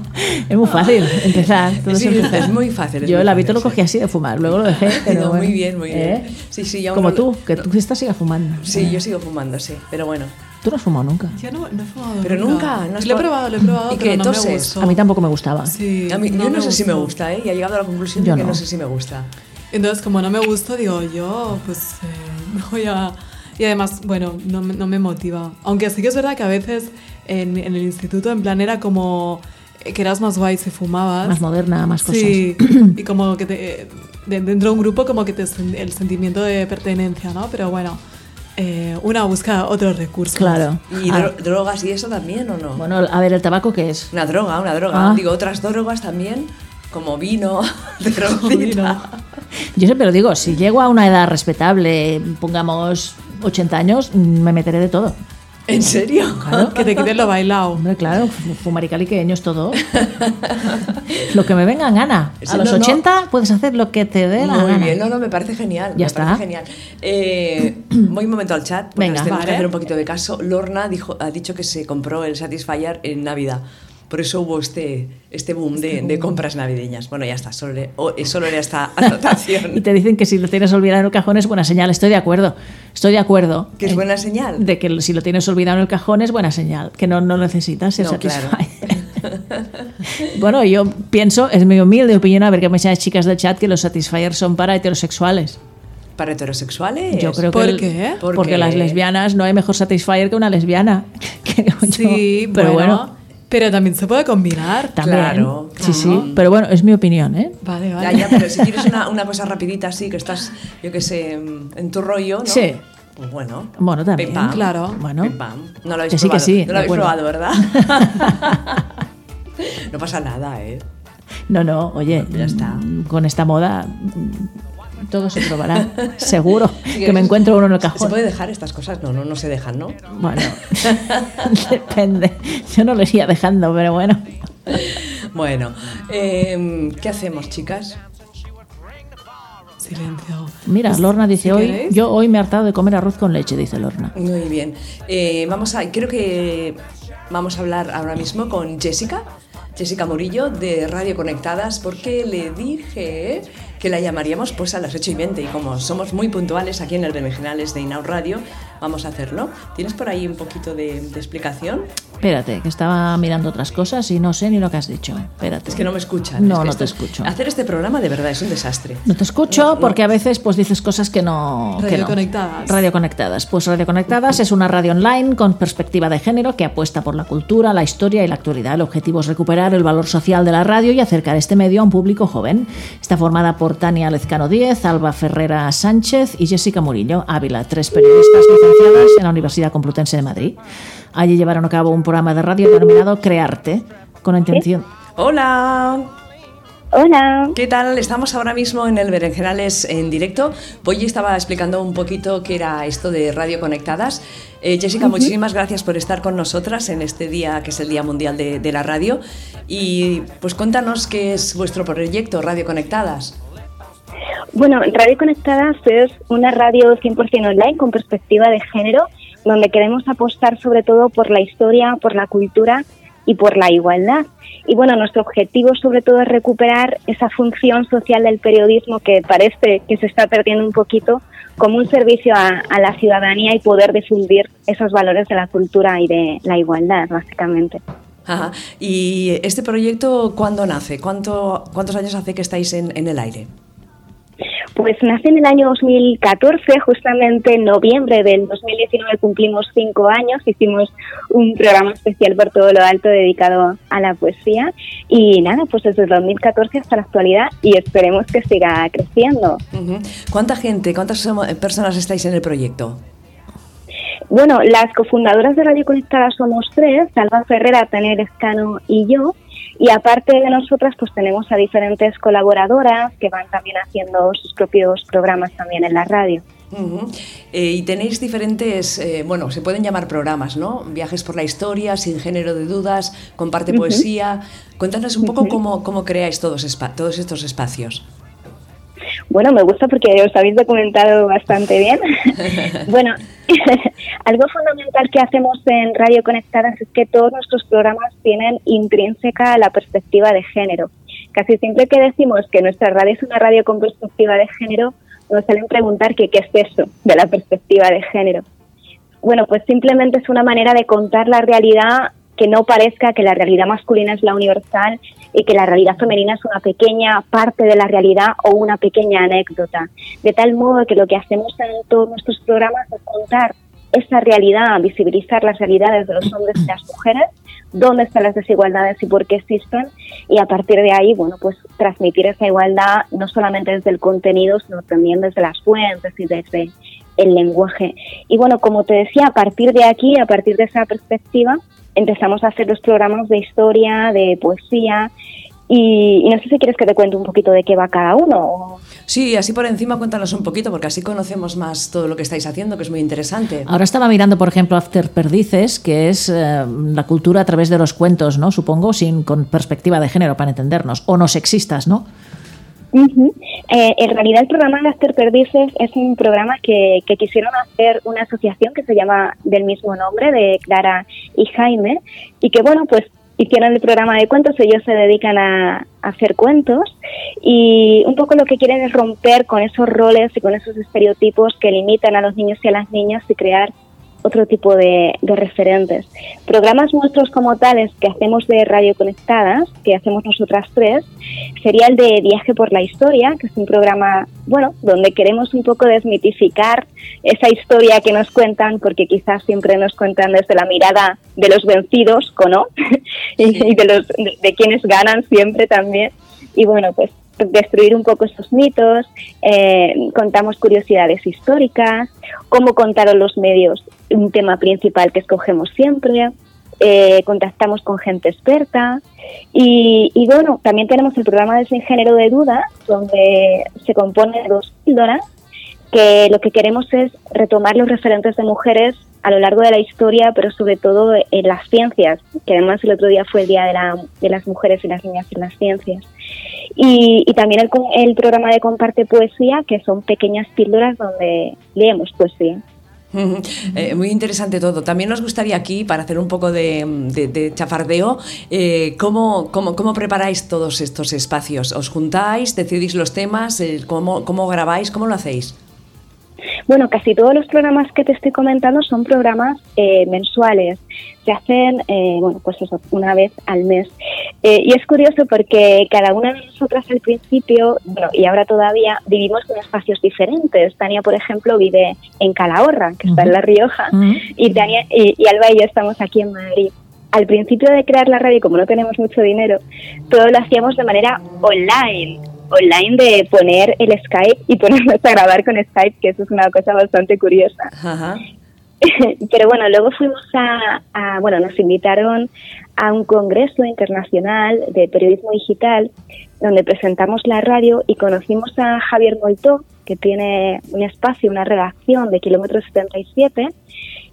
Es muy fácil empezar. Todo
Sí,
empezar.
es muy fácil, es
Yo
muy
el hábito
fácil,
lo cogí
sí.
así de fumar, luego
[LAUGHS]
lo dejé. Pero
No, muy
bueno.
bien, muy bien.
¿Eh?
Sí, sí, ya
Como
uno lo-
tú, que tú estás siga fumando.
Sí, yo sigo fumando, sí, pero bueno.
Tú no has fumado nunca.
Yo no, no he fumado.
Pero nunca, no has
Lo he
prob-
probado, lo he probado,
¿Y
pero
qué,
no me
toses?
gustó.
A mí tampoco me gustaba.
Sí,
A mí- yo no sé si me
gustó.
gusta, ¿eh? Y he llegado a la conclusión
Yo
de que no.
no.
sé si me gusta.
Entonces, como no me gustó, digo yo, pues eh, [LAUGHS] me voy a... Y además, bueno, no, me- no me motiva. Aunque sí que es verdad que a veces en, en el instituto, en plan, era como eh, que eras más guay si fumabas.
Más moderna, más cosas.
Sí, [COUGHS] y como que te, eh, de- dentro de un grupo como que te sen- el sentimiento de pertenencia, ¿no? Pero bueno, eh, una busca otros recursos.
Claro.
¿Y
Ah,
dro- drogas y eso también o no?
bueno, a ver, ¿el tabaco qué es?
Una droga, una droga.
Ah.
Digo, otras drogas también, como vino, [LAUGHS]
Como vino.
droga.
Yo siempre lo digo, si llego a una edad respetable, pongamos 80 años, mm, me meteré de todo.
¿En serio?
Que te quiten
[LAUGHS]
lo bailado.
Hombre, claro, fu- fumar y caliqueños todo. lo que me venga en gana. A
Sí,
los
no, no.
80 puedes hacer lo que te dé la
Muy
gana.
bien, no, no, me parece genial.
Ya
me
está.
parece genial. Eh, [CLEARS THROAT] voy un momento al chat, porque
Venga.
nos tenemos que
Vale.
hacer un poquito de caso. Lorna dijo, ha dicho que se compró el Satisfyer en Navidad. Por eso hubo este, este boom de, de compras navideñas. Bueno, ya está, solo, le- o- eh, solo era esta [LAUGHS] anotación.
Y te dicen que si lo tienes olvidado en el cajón es buena señal. Estoy de acuerdo. Estoy de acuerdo.
Que es
en-
buena señal.
eh, De que si lo tienes olvidado en el cajón es buena señal. Que no, no necesitas el
No, claro.
Satisfyer. [LAUGHS] bueno, yo pienso, es mi humilde opinión, a ver qué me dicen las chicas del chat, que los Satisfyer son para heterosexuales.
¿Para heterosexuales?
Yo creo
¿Por
que el-
qué?
¿Por
porque
qué?
las lesbianas no hay mejor satisfier que una lesbiana. [LAUGHS] creo yo.
Sí,
pero bueno,
Pero también se puede combinar.
también.
Claro,
sí,
claro.
sí. Pero bueno, es mi opinión, ¿eh?
Vale,
Ya,
vale.
ya, pero si quieres
[LAUGHS]
una, una cosa rapidita así, que estás, yo qué sé, en tu rollo, ¿no?
Sí.
Pues bueno.
Bueno, también,
Pim, pam.
claro.
Bueno.
Pim, pam. No lo habéis
Que sí, que
probado.
sí,
No lo habéis
de
probado,
acuerdo.
¿verdad?
[LAUGHS]
no pasa nada, ¿eh?
No, no, oye,
Ya está.
mm, Con esta moda mm, todo se probará, [LAUGHS] seguro. que me encuentro uno en el
¿Se
cajón.
puede dejar estas cosas? No, no, no se dejan, ¿no? [LAUGHS]
Bueno, depende. Yo no lo iría dejando, pero bueno.
Bueno, eh, ¿qué hacemos, chicas?
[LAUGHS] Silencio.
Mira, Lorna dice
si
hoy,
queréis.
yo hoy me he hartado de comer arroz con leche, dice Lorna.
Muy bien. Eh, vamos a, creo que vamos a hablar ahora mismo con Jessica, Jessica Murillo de Radio Conectadas, porque le dije que la llamaríamos pues a las 8 y 20 y como somos muy puntuales aquí en el Berenjenales de Inau Radio, vamos a hacerlo. ¿Tienes por ahí un poquito de, de explicación?
Espérate, que estaba mirando otras cosas y no sé ni lo que has dicho. Espérate.
Es que no me escuchan.
No,
es que
no
esto-
te escucho.
Hacer este programa de verdad es un desastre.
No te escucho porque a veces pues dices cosas que no... que no.
Radioconectadas.
Radio Conectadas. Pues Radio Conectadas es una radio online con perspectiva de género que apuesta por la cultura, la historia y la actualidad. El objetivo es recuperar el valor social de la radio y acercar este medio a un público joven. Está formada por Tania Lezcano Díez, Alba Ferrera Sánchez y Jessica Murillo Ávila, tres periodistas licenciadas en la Universidad Complutense de Madrid. Allí llevaron a cabo un programa de radio denominado Crearte, con la intención...
Hola.
Hola.
¿Qué tal? Estamos ahora mismo en el Berenjenales en directo. Polly estaba explicando un poquito qué era esto de Radio Conectadas. Eh, Jessica, muchísimas gracias por estar con nosotras en este día que es el Día Mundial de, de la Radio. Y pues cuéntanos qué es vuestro proyecto Radio Conectadas.
Bueno, Radio Conectadas es una radio 100% online con perspectiva de género, donde queremos apostar sobre todo por la historia, por la cultura y por la igualdad. Y bueno, nuestro objetivo sobre todo es recuperar esa función social del periodismo que parece que se está perdiendo un poquito como un servicio a, a la ciudadanía y poder difundir esos valores de la cultura y de la igualdad, básicamente.
Ajá. ¿Y este proyecto cuándo nace? ¿Cuánto, ¿Cuántos años hace que estáis en, en el aire?
Pues nace en el año 2014, justamente en noviembre del 2019 cumplimos cinco años, hicimos un programa especial por todo lo alto dedicado a la poesía y nada, pues desde el 2014 hasta la actualidad y esperemos que siga creciendo.
Ujú. ¿Cuánta gente, cuántas somo- personas estáis en el proyecto?
Bueno, las cofundadoras de Radio Conectada somos tres, Alba Ferrera, Tania Lescano y yo. Y aparte de nosotras, pues tenemos a diferentes colaboradoras que van también haciendo sus propios programas también en la radio.
Ujú. Eh, y tenéis diferentes, eh, bueno, se pueden llamar programas, ¿no? Viajes por la historia, sin género de dudas, comparte poesía. Cuéntanos un poco cómo, cómo creáis todos, espa- todos estos espacios.
Bueno, me gusta porque os habéis documentado bastante bien. bueno, [LAUGHS] algo fundamental que hacemos en Radio Conectadas es que todos nuestros programas tienen intrínseca la perspectiva de género. Casi siempre que decimos que nuestra radio es una radio con perspectiva de género, nos suelen preguntar que qué es eso de la perspectiva de género. Bueno, pues simplemente es una manera de contar la realidad que no parezca que la realidad masculina es la universal y que la realidad femenina es una pequeña parte de la realidad o una pequeña anécdota. De tal modo que lo que hacemos en todos nuestros programas es contar esa realidad, visibilizar las realidades de los hombres y las mujeres, dónde están las desigualdades y por qué existen, y a partir de ahí, bueno, pues transmitir esa igualdad no solamente desde el contenido, sino también desde las fuentes y desde el lenguaje. Y bueno, como te decía, a partir de aquí, a partir de esa perspectiva, empezamos a hacer los programas de historia, de poesía. Y, y no sé si quieres que te cuente un poquito de qué va cada uno. o-
Sí, así por encima cuéntanos un poquito, porque así conocemos más todo lo que estáis haciendo, que es muy interesante.
Ahora estaba mirando, por ejemplo, After Perdices, que es eh, la cultura a través de los cuentos, ¿no? Supongo, sin con perspectiva de género, para entendernos. O no sexistas, ¿no?
Ujú. Eh, en realidad el programa de After Perdices es un programa que, que quisieron hacer una asociación que se llama del mismo nombre, de Clara y Jaime, y que bueno, pues hicieron el programa de cuentos, ellos se dedican a, a hacer cuentos, y un poco lo que quieren es romper con esos roles y con esos estereotipos que limitan a los niños y a las niñas y crear otro tipo de, de referentes. Programas nuestros como tales que hacemos de Radio Conectadas, que hacemos nosotras tres, sería el de Viaje por la Historia, que es un programa, bueno, donde queremos un poco desmitificar esa historia que nos cuentan, porque quizás siempre nos cuentan desde la mirada de los vencidos, ¿o [LAUGHS] ¿no? y de, los, de, de quienes ganan siempre también. Y bueno, pues destruir un poco esos mitos, eh, contamos curiosidades históricas, cómo contaron los medios, un tema principal que escogemos siempre, eh, contactamos con gente experta y, y bueno, también tenemos el programa de Sin Género de Duda, donde se compone de dos píldoras, que lo que queremos es retomar los referentes de mujeres a lo largo de la historia, pero sobre todo en las ciencias, que además el otro día fue el Día de, la- de las Mujeres y las Niñas en las Ciencias. Y, y también el, con- el programa de Comparte Poesía, que son pequeñas píldoras donde leemos poesía.
Ujú. [LAUGHS] Eh, muy interesante todo. También nos gustaría aquí, para hacer un poco de, de- de chafardeo, eh, ¿cómo, cómo, cómo preparáis todos estos espacios? ¿Os juntáis? ¿Decidís los temas? eh, ¿Cómo, cómo grabáis? ¿Cómo lo hacéis?
Bueno, casi todos los programas que te estoy comentando son programas eh, mensuales. Se hacen, eh, bueno, pues eso, una vez al mes. Eh, y es curioso porque cada una de nosotras al principio, bueno, y ahora todavía, vivimos en espacios diferentes. Tania, por ejemplo, vive en Calahorra, que está en La Rioja,
Ujú.
y, Tania, y, y Alba y yo estamos aquí en Madrid. Al principio de crear la radio, como no tenemos mucho dinero, todo lo hacíamos de manera online. Online de poner el Skype y ponernos a grabar con Skype, que eso es una cosa bastante curiosa. [LAUGHS]
Ajá.
Pero bueno, luego fuimos a, a, bueno, nos invitaron a un congreso internacional de periodismo digital donde presentamos la radio y conocimos a Javier Moltó, que tiene un espacio, una redacción de Kilómetro 77,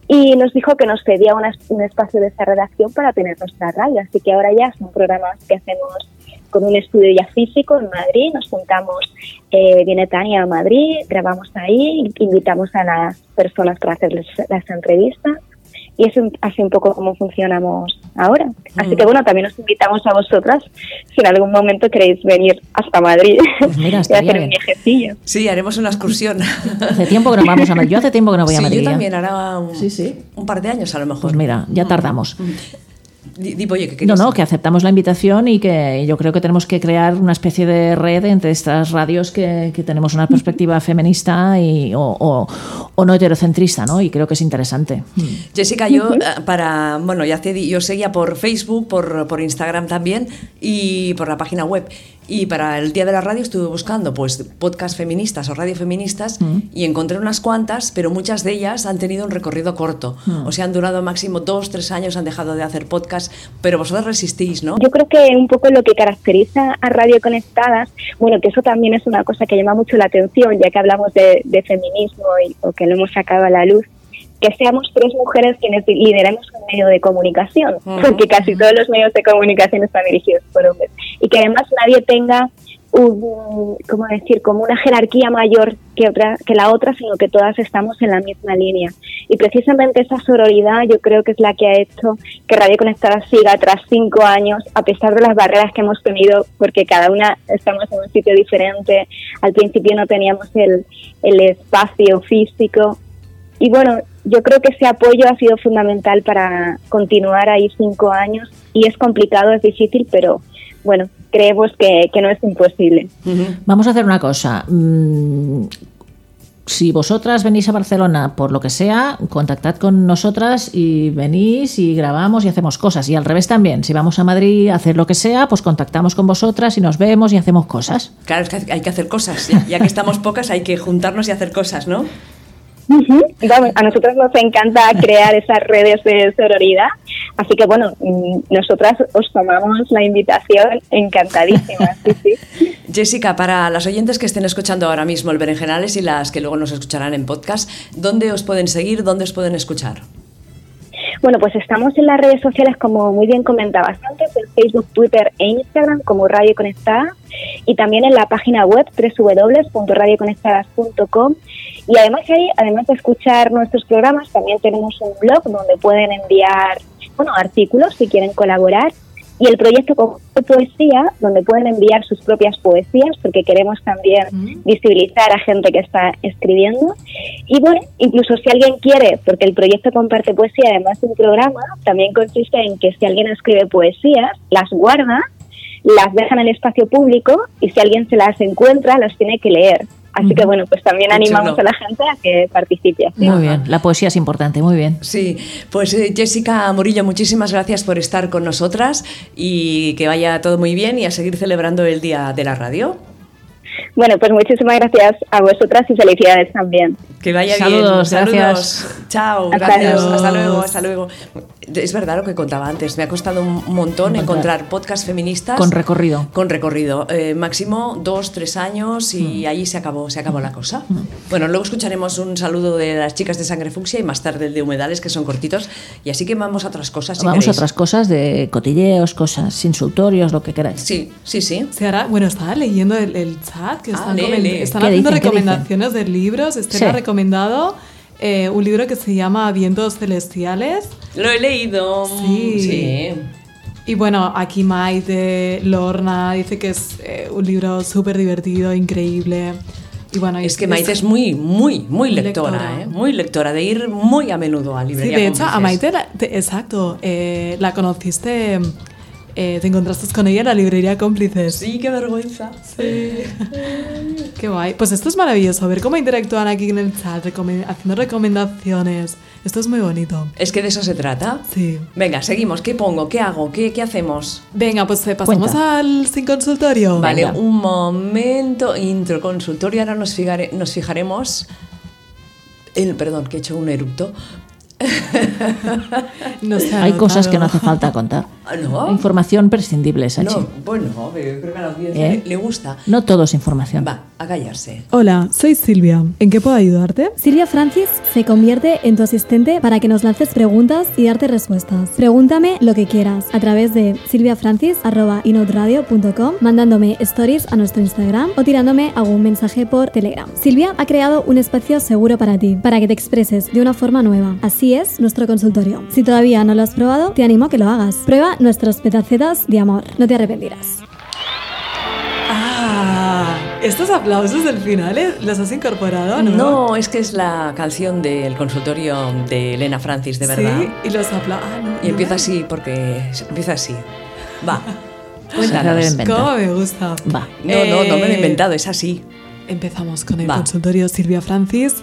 y nos dijo que nos pedía una, un espacio de esa redacción para tener nuestra radio. Así que ahora ya son programas que hacemos con un estudio ya físico en Madrid, nos juntamos, eh, viene Tania a Madrid, grabamos ahí, invitamos a las personas para hacerles las entrevistas y es un, así un poco como funcionamos ahora. Así mm. que bueno, también os invitamos a vosotras si en algún momento queréis venir hasta Madrid
pues mira,
[LAUGHS] y hacer un viajecillo.
Sí, haremos una
[LAUGHS]
excursión.
hace tiempo que no vamos a Madrid, yo hace tiempo que no voy
sí,
a Madrid.
Yo también, hará un,
Sí, sí.
un par de años a lo mejor.
Pues mira, ya tardamos.
Di- di, oye, ¿qué
No,
querías?
no, que aceptamos la invitación y que yo creo que tenemos que crear una especie de red entre estas radios que, que
[LAUGHS]
tenemos una perspectiva feminista y, o, o- o no heterocentrista, ¿no? Y creo que es interesante.
Jessica, yo eh, para bueno, ya te di- yo seguía por Facebook, por, por Instagram también y por la página web. Y para el día de la radio estuve buscando pues podcast feministas o radio feministas y encontré unas cuantas, pero muchas de ellas han tenido un recorrido corto. O sea, han durado máximo dos, tres años, han dejado de hacer podcast, pero vosotros resistís, ¿no?
Yo creo que un poco lo que caracteriza a Radio Conectadas, bueno, que eso también es una cosa que llama mucho la atención, ya que hablamos de, de feminismo y, o que lo hemos sacado a la luz, que seamos tres mujeres quienes lideremos un medio de comunicación,
Ujú.
porque casi todos los medios de comunicación están dirigidos por hombres, y que además nadie tenga un, ¿cómo decir?, como una jerarquía mayor que, otra, que la otra, sino que todas estamos en la misma línea. Y precisamente esa sororidad yo creo que es la que ha hecho que Radio Conectada siga tras cinco años, a pesar de las barreras que hemos tenido, porque cada una estamos en un sitio diferente. Al principio no teníamos el, el espacio físico. Y bueno, yo creo que ese apoyo ha sido fundamental para continuar ahí cinco años. Y es complicado, es difícil, pero bueno, creemos que, que no es imposible.
Ujú.
Vamos a hacer una cosa. Mm, Si vosotras venís a Barcelona por lo que sea, contactad con nosotras y venís y grabamos y hacemos cosas. Y al revés también, si vamos a Madrid a hacer lo que sea, pues contactamos con vosotras y nos vemos y hacemos cosas.
Claro, es que hay que hacer cosas. Ya- Ya que estamos pocas, hay que juntarnos y hacer cosas, ¿no?
Vamos, a nosotros nos encanta crear esas redes de sororidad, así que bueno, mm, nosotras os tomamos la invitación encantadísimas, sí, sí.
Jessica, para las oyentes que estén escuchando ahora mismo el Berenjenales y las que luego nos escucharán en podcast, ¿dónde os pueden seguir? ¿Dónde os pueden escuchar?
Bueno, pues estamos en las redes sociales, como muy bien comentabas antes, en Facebook, Twitter e Instagram como Radio Conectada y también en la página web www.radioconectadas.com y además ahí, además de escuchar nuestros programas, también tenemos un blog donde pueden enviar, bueno, artículos si quieren colaborar y el proyecto Conjunto de Poesía, donde pueden enviar sus propias poesías, porque queremos también
Mm.
visibilizar a gente que está escribiendo. Y bueno, incluso si alguien quiere, porque el proyecto Comparte Poesía, además de un programa, también consiste en que si alguien escribe poesías, las guarda, las deja en el espacio público y si alguien se las encuentra, las tiene que leer. Así que bueno, pues también
Qué
animamos
chulo.
a la gente a que participe. así.
Muy bien, la poesía es importante, muy bien.
Sí, pues eh, Jessica Murillo, muchísimas gracias por estar con nosotras y que vaya todo muy bien y a seguir celebrando el Día de la Radio.
Bueno, pues muchísimas gracias a vosotras y felicidades también.
Que vaya
Saludos,
bien.
gracias.
Chao,
Hasta
gracias.
luego.
Hasta luego, hasta luego. Es verdad lo que contaba antes. Me ha costado un montón encontrar podcasts feministas.
Con recorrido.
Con recorrido. Eh, máximo dos, tres años y ahí se acabó, se acabó la cosa. Bueno, luego escucharemos un saludo de las chicas de Sangre Fucsia y más tarde el de Humedales, que son cortitos. Y así que vamos a otras cosas. si
Vamos
queréis.
a otras cosas de cotilleos, cosas, insultorios, lo que queráis.
Sí, sí, sí.
Se hará, bueno, estaba leyendo el, el chat que
Ah,
están,
lee,
comen-
lee.
están
¿Qué
haciendo
dicen? ¿Qué
recomendaciones de libros. Estela
Sí.
ha recomendado eh, un libro que se llama Vientos Celestiales.
Lo he leído.
Sí. Y bueno, aquí Maite, Lorna, dice que es eh, un libro súper divertido, increíble. Y bueno, y-
Es que Maite es muy, muy, muy lectora,
Lectora.
¿eh? Muy lectora, de ir muy a menudo a
Sí,
librería.
de
como
hecho, a
dices.
Maite, la- te- exacto, eh, la conociste, eh, te encontraste con ella en la librería Cómplices.
Sí, qué vergüenza.
Qué guay. Pues esto es maravilloso, ver cómo interactúan aquí en el chat, recomen- haciendo recomendaciones. Esto es muy bonito.
Es que de eso se trata.
Sí.
Venga, seguimos. ¿Qué pongo? ¿Qué hago? ¿Qué, qué hacemos?
Venga, pues eh, pasamos
Cuenta.
al sin consultorio.
Vale, un momento. Intro consultorio. Ahora nos, figare- nos fijaremos. en- perdón, que he hecho un eructo. [LAUGHS]
No se ha
Hay cosas
notado.
que no hace falta contar.
Ah, ¿No?
Información prescindible, Sachi.
No, bueno, pero yo creo que a la audiencia
¿Eh?
le- le gusta.
No todo es información.
Va, a callarse.
Hola, soy Silvia. ¿En qué puedo ayudarte?
Silvia Francis se convierte en tu asistente para que nos lances preguntas y darte respuestas. Pregúntame lo que quieras a través de silviafrancis.inoutradio.com, mandándome stories a nuestro Instagram o tirándome algún mensaje por Telegram. Silvia ha creado un espacio seguro para ti, para que te expreses de una forma nueva. Así es nuestro consultorio. Si todavía no lo has probado, te animo a que lo hagas. Prueba nuestras petacetas de amor. No te arrepentirás.
Ah, estos aplausos del final eh, los has incorporado, ¿no?
No, es que es la canción del consultorio de Elena Francis, de verdad.
Sí, y los aplausos. Ah, no,
Y empieza
no.
así porque empieza así. Va.
Se acaba de
Cuéntanos.
inventar.
Pues, ¿Cómo me gusta?
Va.
No, no, no me lo he
Eh,
inventado, es así.
Empezamos con el
Va.
consultorio Silvia Francis.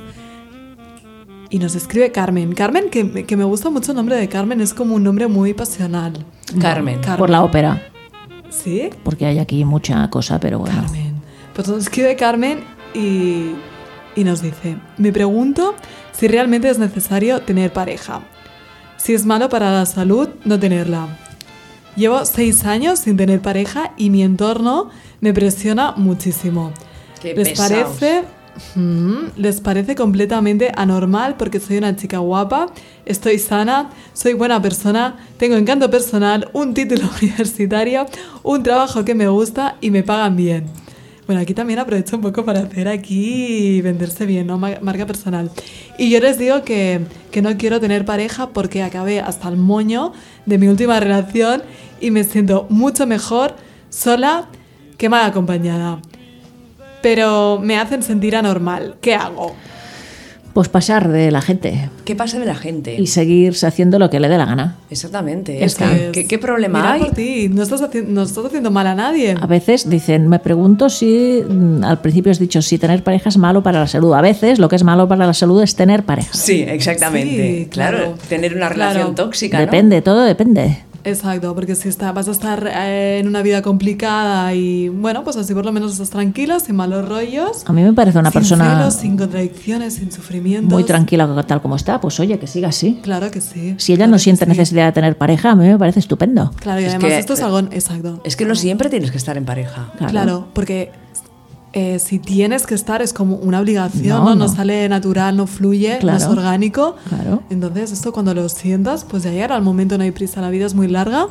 Y nos escribe Carmen. Carmen, que, me- que me gusta mucho el nombre de Carmen, es como un nombre muy pasional.
Carmen.
Car-
Por la ópera,
¿Sí?
porque hay aquí mucha cosa, pero bueno.
Carmen. Pues nos escribe Carmen y, y nos dice, me pregunto si realmente es necesario tener pareja. Si es malo para la salud no tenerla. Llevo seis años sin tener pareja y mi entorno me presiona muchísimo.
Qué
¿Les
pesaos.
parece? Mm, ¿Les parece completamente anormal porque soy una chica guapa, estoy sana, soy buena persona, tengo encanto personal, un título [LAUGHS] universitario, un trabajo que me gusta y me pagan bien? Bueno, aquí también aprovecho un poco para hacer aquí y venderse bien, ¿no? Ma- Marca personal. Y yo les digo que, que no quiero tener pareja porque acabé hasta el moño de mi última relación y me siento mucho mejor sola que mal acompañada pero me hacen sentir anormal. ¿Qué hago?
Pues pasar de la gente
¿Qué pasa de la gente?
y seguir haciendo lo que le dé la gana.
Exactamente.
Ya
es que-
está.
¿qué, qué problema
Pues, Mira
hay?
por ti, no estás, haci- no estás haciendo mal a nadie.
A veces dicen, me pregunto si mm, al principio has dicho si tener pareja es malo para la salud. A veces lo que es malo para la salud es tener pareja.
Sí, exactamente.
Sí,
claro.
claro.
tener una relación
Claro.
tóxica. ¿no?
depende, todo depende.
Exacto, porque si está, vas a estar eh, en una vida complicada y bueno, pues así por lo menos estás tranquila, sin malos rollos.
A mí me parece una
sin
persona
celos, sin contradicciones, sin sufrimiento.
muy tranquila tal como está. Pues oye, que siga así.
Claro que sí.
Si ella
claro
no
que
siente
sí.
necesidad de tener pareja, a mí me parece estupendo.
Claro, y
Es
además
que-
esto es algo. Exacto.
Es que no siempre tienes que estar en pareja.
Claro.
Claro, porque eh, si tienes que estar es como una obligación,
No,
no,
no.
No sale natural, no fluye,
Claro.
no es orgánico.
Claro.
Entonces esto cuando lo sientas, pues ya llegará el momento, no hay prisa, la vida es muy larga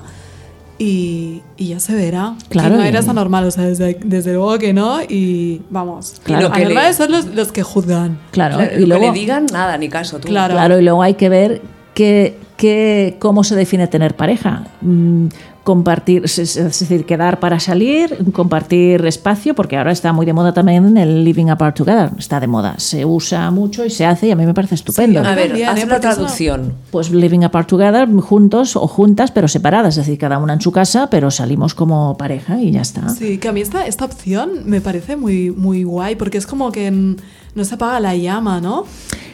y, y ya se verá.
Claro,
Y no
y-
eres anormal, o sea, desde, desde luego que no y vamos.
Claro. Lo que le-
anormales son los, los que juzgan.
Claro,
Claro,
y
lo
luego,
que le digan, nada, ni caso. Tú.
Claro.
claro, y luego hay que ver qué, qué- cómo se define tener pareja. Mm, Compartir, es es- es decir, quedar para salir, compartir espacio, porque ahora está muy de moda también el living apart together. Está de moda, se usa mucho y se hace, y a mí me parece estupendo.
Sí,
A ver,
También,
haz
¿eh?
una
Porque eso-
traducción.
Pues living apart together, juntos o juntas, pero separadas, es decir, cada una en su casa, pero salimos como pareja y ya está.
Sí, que a mí esta, esta opción me parece muy, muy guay porque es como que mm, no se apaga la llama, ¿no?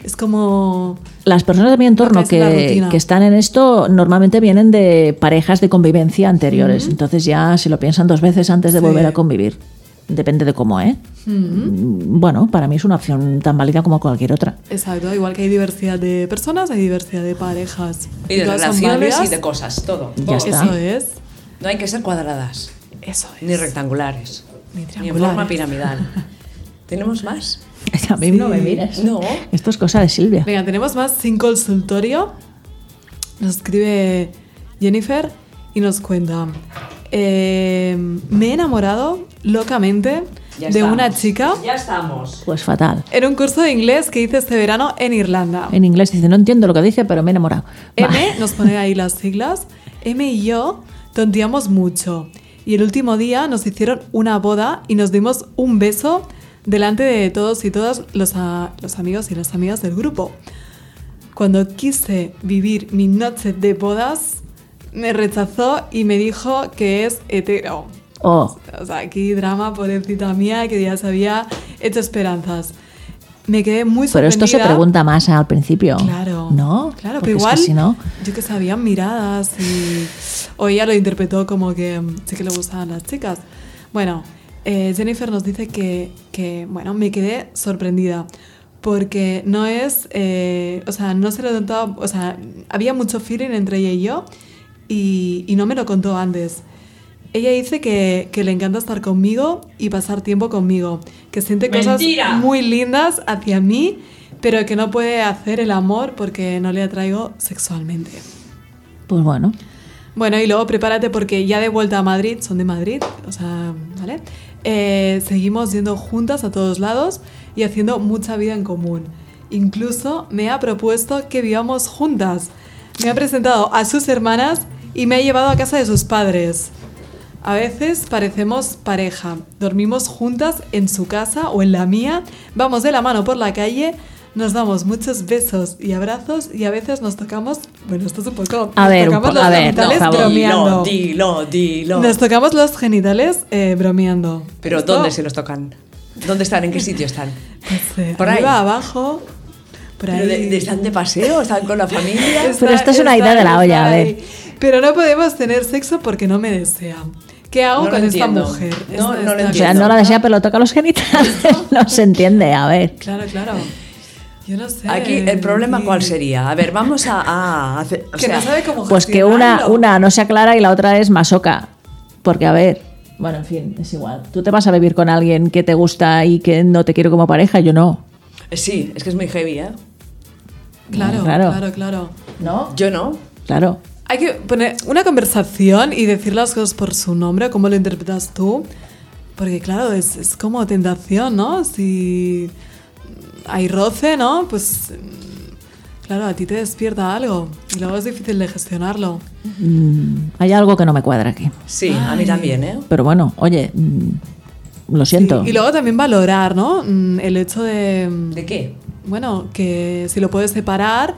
Es como...
Las personas de mi entorno
Lo que es la
que,
rutina.
que están en esto normalmente vienen de parejas de convivencia anteriores, entonces ya se lo piensan dos veces antes de
Sí.
volver a convivir. Depende de cómo, ¿eh? Mm, Bueno, para mí es una opción tan válida como cualquier otra. [LAUGHS]
Exacto, igual que hay diversidad de personas, hay diversidad de parejas.
Y de
todas son
relaciones y
válidas.
de cosas, todo.
Ya
todo.
está.
Eso es.
No hay que ser cuadradas,
Eso es.
ni rectangulares,
Ni
ni en forma
triangulares.
piramidal.
[LAUGHS]
¿Tenemos más?
A mí no me mires.
No.
Esto es cosa de Silvia.
Venga, tenemos más sin consultorio. Nos escribe Jennifer y nos cuenta. eh, me he enamorado locamente
Ya
de
estamos.
una chica
Ya estamos.
Pues fatal.
en un curso de inglés que hice este verano en Irlanda.
En inglés dice, no entiendo lo que dice, pero me he enamorado. Va.
M, [LAUGHS] nos pone ahí las siglas, M y yo tonteamos mucho. Y el último día nos hicieron una boda y nos dimos un beso delante de todos y todas los, a- los amigos y las amigas del grupo. Cuando quise vivir mi noche de bodas, me rechazó y me dijo que es hetero.
Oh,
O sea, aquí drama, pobrecita mía, que ya se había hecho esperanzas. Me quedé muy
pero esto se
sorprendida.
pregunta más al principio.
Claro.
¿No?
Claro,
Porque
pero
es que
igual.
si no-
Yo que sabía miradas y. O ella lo interpretó como que mm, sí que le gustaban las chicas. Bueno, eh, Jennifer nos dice que, que, bueno, me quedé sorprendida. porque no es, eh, o sea, no se lo contaba, o sea, había mucho feeling entre ella y yo y, y no me lo contó antes. Ella dice que, que le encanta estar conmigo y pasar tiempo conmigo, que siente cosas
Mentira.
muy lindas hacia mí, pero que no puede hacer el amor porque no le atraigo sexualmente.
Pues bueno.
Bueno, y luego prepárate porque ya de vuelta a Madrid, son de Madrid, o sea, ¿vale? Eh, seguimos yendo juntas a todos lados y haciendo mucha vida en común. Incluso me ha propuesto que vivamos juntas. Me ha presentado a sus hermanas y me ha llevado a casa de sus padres. A veces parecemos pareja, dormimos juntas en su casa o en la mía, vamos de la mano por la calle, nos damos muchos besos y abrazos y a veces nos tocamos, bueno, esto es un poco...
A
nos
ver, un
tocamos
po-
los
a ver,
genitales
por favor.
bromeando.
Dilo, dilo, dilo.
Nos tocamos los genitales eh, bromeando.
Pero
Esto,
¿dónde se los tocan? ¿Dónde están? ¿En qué sitio están?
pues, eh,
Por ahí.
arriba, abajo, por
Pero
ahí.
de- de- ¿Están de paseo? ¿Están con la familia?
Está-
Pero esto es una
está-
idea de la
está
olla, a
ahí.
ver.
Pero no podemos tener sexo porque no me desea. ¿Qué
No
hago
lo
con esta
entiendo.
mujer?
No,
Esta-
no lo
esta-
O sea,
Entiendo.
no la desea, pero toca los genitales. [LAUGHS] No se entiende, a ver.
Claro, claro. Yo no sé.
Aquí el problema
Sí.
cuál sería. A ver, vamos a, a hacer... o
Que
sea,
no sabe cómo
Pues que una,
gestionarlo.
una no se aclara y la otra es masoca. Porque, a ver, bueno, en fin, es igual. Tú te vas a vivir con alguien que te gusta y que no te quiere como pareja, yo no.
eh, Sí, es que es muy heavy, ¿eh?
Claro,
Claro.
claro, claro.
¿No?
Yo no.
Claro.
Hay que poner una conversación y decir las cosas por su nombre, cómo lo interpretas tú. Porque claro, es, es como tentación, ¿no? Si hay roce, ¿no? Pues mm, claro, a ti te despierta algo y luego es difícil de gestionarlo.
Mm, hay algo que no me cuadra aquí.
Sí, a mí también, ¿eh?
Pero bueno, oye, mm, lo siento.
Y luego también valorar, ¿no? Mm, El hecho de... mm,
¿De qué?
Bueno, que si lo puedes separar,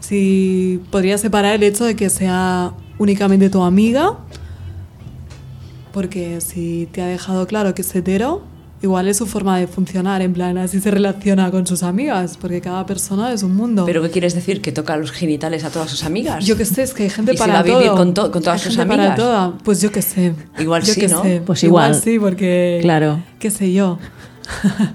si podrías separar el hecho de que sea únicamente tu amiga, porque si te ha dejado claro que es hetero, igual es su forma de funcionar, en plan, así se relaciona con sus amigas, porque cada persona es un mundo.
¿Pero qué quieres decir? ¿Que toca los genitales a todas sus amigas?
yo que sé, es que hay gente
¿Y se
para
va a vivir
todo.
con to- con todas
Hay
sus
gente
amigas?
Para toda. Pues yo que sé.
Igual
Yo
sí,
qué
¿no?
sé.
Pues igual.
sí, porque.
Claro.
Qué
[LAUGHS]
sé yo.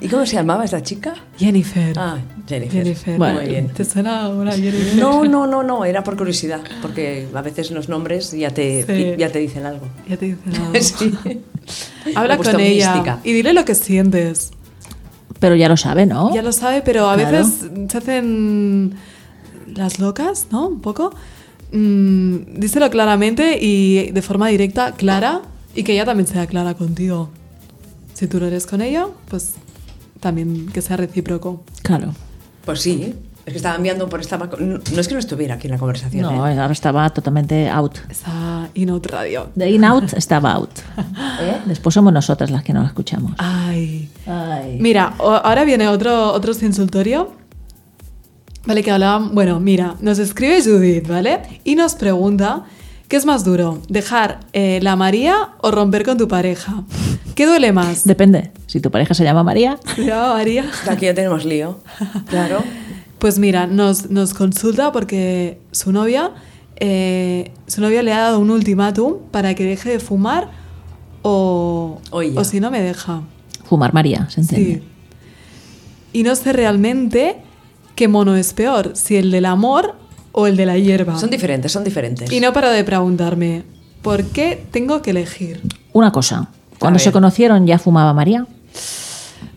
¿Y cómo se llamaba esta chica?
Jennifer.
Ah, Jennifer.
Jennifer.
Bueno.
Muy bien.
¿Te suena una Jennifer?
No, no, no, no, era por curiosidad, porque a veces los nombres ya te,
Sí.
ya te dicen algo.
Ya te dicen [LAUGHS] algo.
Sí.
Habla
Me gusta
con ella
mística.
y dile lo que sientes.
Pero ya lo sabe, ¿no?
Ya lo sabe, pero a
Claro.
veces se hacen las locas, ¿no? Un poco. Mm, díselo claramente y de forma directa, clara, y que ella también sea clara contigo. Si tú no eres con ella, pues también que sea recíproco.
Claro.
Pues sí, es que estaba enviando por esta... vaca- No no es que no estuviera aquí en la conversación.
No,
¿eh?
ahora estaba totalmente out.
Esa Inout Radio.
De in
[LAUGHS]
out estaba out.
¿Eh?
Después somos nosotras las que no la escuchamos.
Ay. Mira, o- ahora viene otro, otro insultorio. Vale, que hablaban. Bueno, mira, nos escribe Judith, ¿vale? Y nos pregunta: ¿qué es más duro? ¿Dejar eh, la María o romper con tu pareja? ¿Qué duele
[LAUGHS]
más?
Depende. Si tu pareja se llama María,
¿Se llama María?
Aquí ya tenemos lío. Claro.
Pues mira, nos, nos consulta porque su novia, eh, su novia le ha dado un ultimátum para que deje de fumar o,
O ella.
o si no me deja.
fumar María, ¿se entiende?
Sí. Y no sé realmente qué mono es peor, si el del amor o el de la hierba.
Son diferentes, son diferentes.
y no paro de preguntarme, ¿por qué tengo que elegir?
Una cosa. Cuando se
ver.
conocieron ya fumaba María.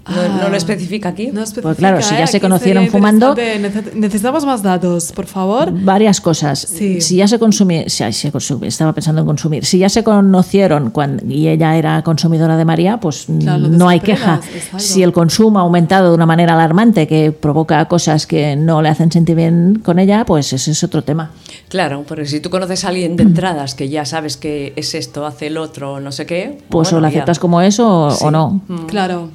No, no lo especifica aquí.
No especifica,
claro, si ya
¿eh?
se
Aquí
conocieron
sería
fumando-
interesante. Nece- Necesitamos más datos, por favor.
Varias cosas.
Sí.
Si ya se consumía, si ya se consumía, estaba pensando en consumir. Si ya se conocieron cuando, y ella era consumidora de María, pues mm,
Claro,
no hay queja.
desapruebas, es algo.
Si el consumo ha aumentado de una manera alarmante que provoca cosas que no le hacen sentir bien con ella, pues ese es otro tema.
Claro, porque si tú conoces a alguien de entradas que ya sabes que es esto, hace el otro, no sé qué...
Pues
bueno,
o la
ya.
aceptas como es o,
Sí.
o no.
Claro.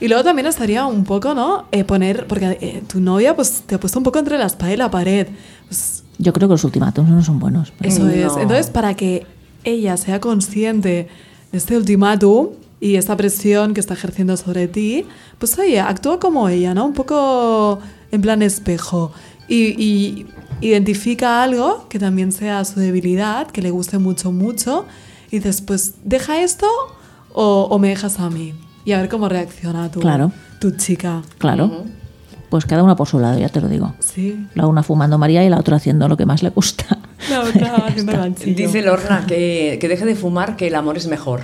Y luego también estaría un poco, ¿no? Eh, poner, porque eh, tu novia pues, te ha puesto un poco entre la espada y la pared. Pues,
Yo creo que los ultimátums no son buenos. pero-
Eso es.
No.
Entonces, para que ella sea consciente de este ultimátum y esta presión que está ejerciendo sobre ti, pues oye, actúa como ella, ¿no? Un poco en plan espejo. Y, y identifica algo que también sea su debilidad, que le guste mucho, mucho. Y después, ¿deja esto o, o me dejas a mí? Y a ver cómo reacciona tu,
Claro.
tu chica.
Claro. Pues cada una por su lado, ya te lo digo.
Sí.
La una fumando María y la otra haciendo lo que más le gusta.
La otra [LAUGHS] haciendo ganchillo.
Dice Lorna que, que deje de fumar, que el amor es mejor.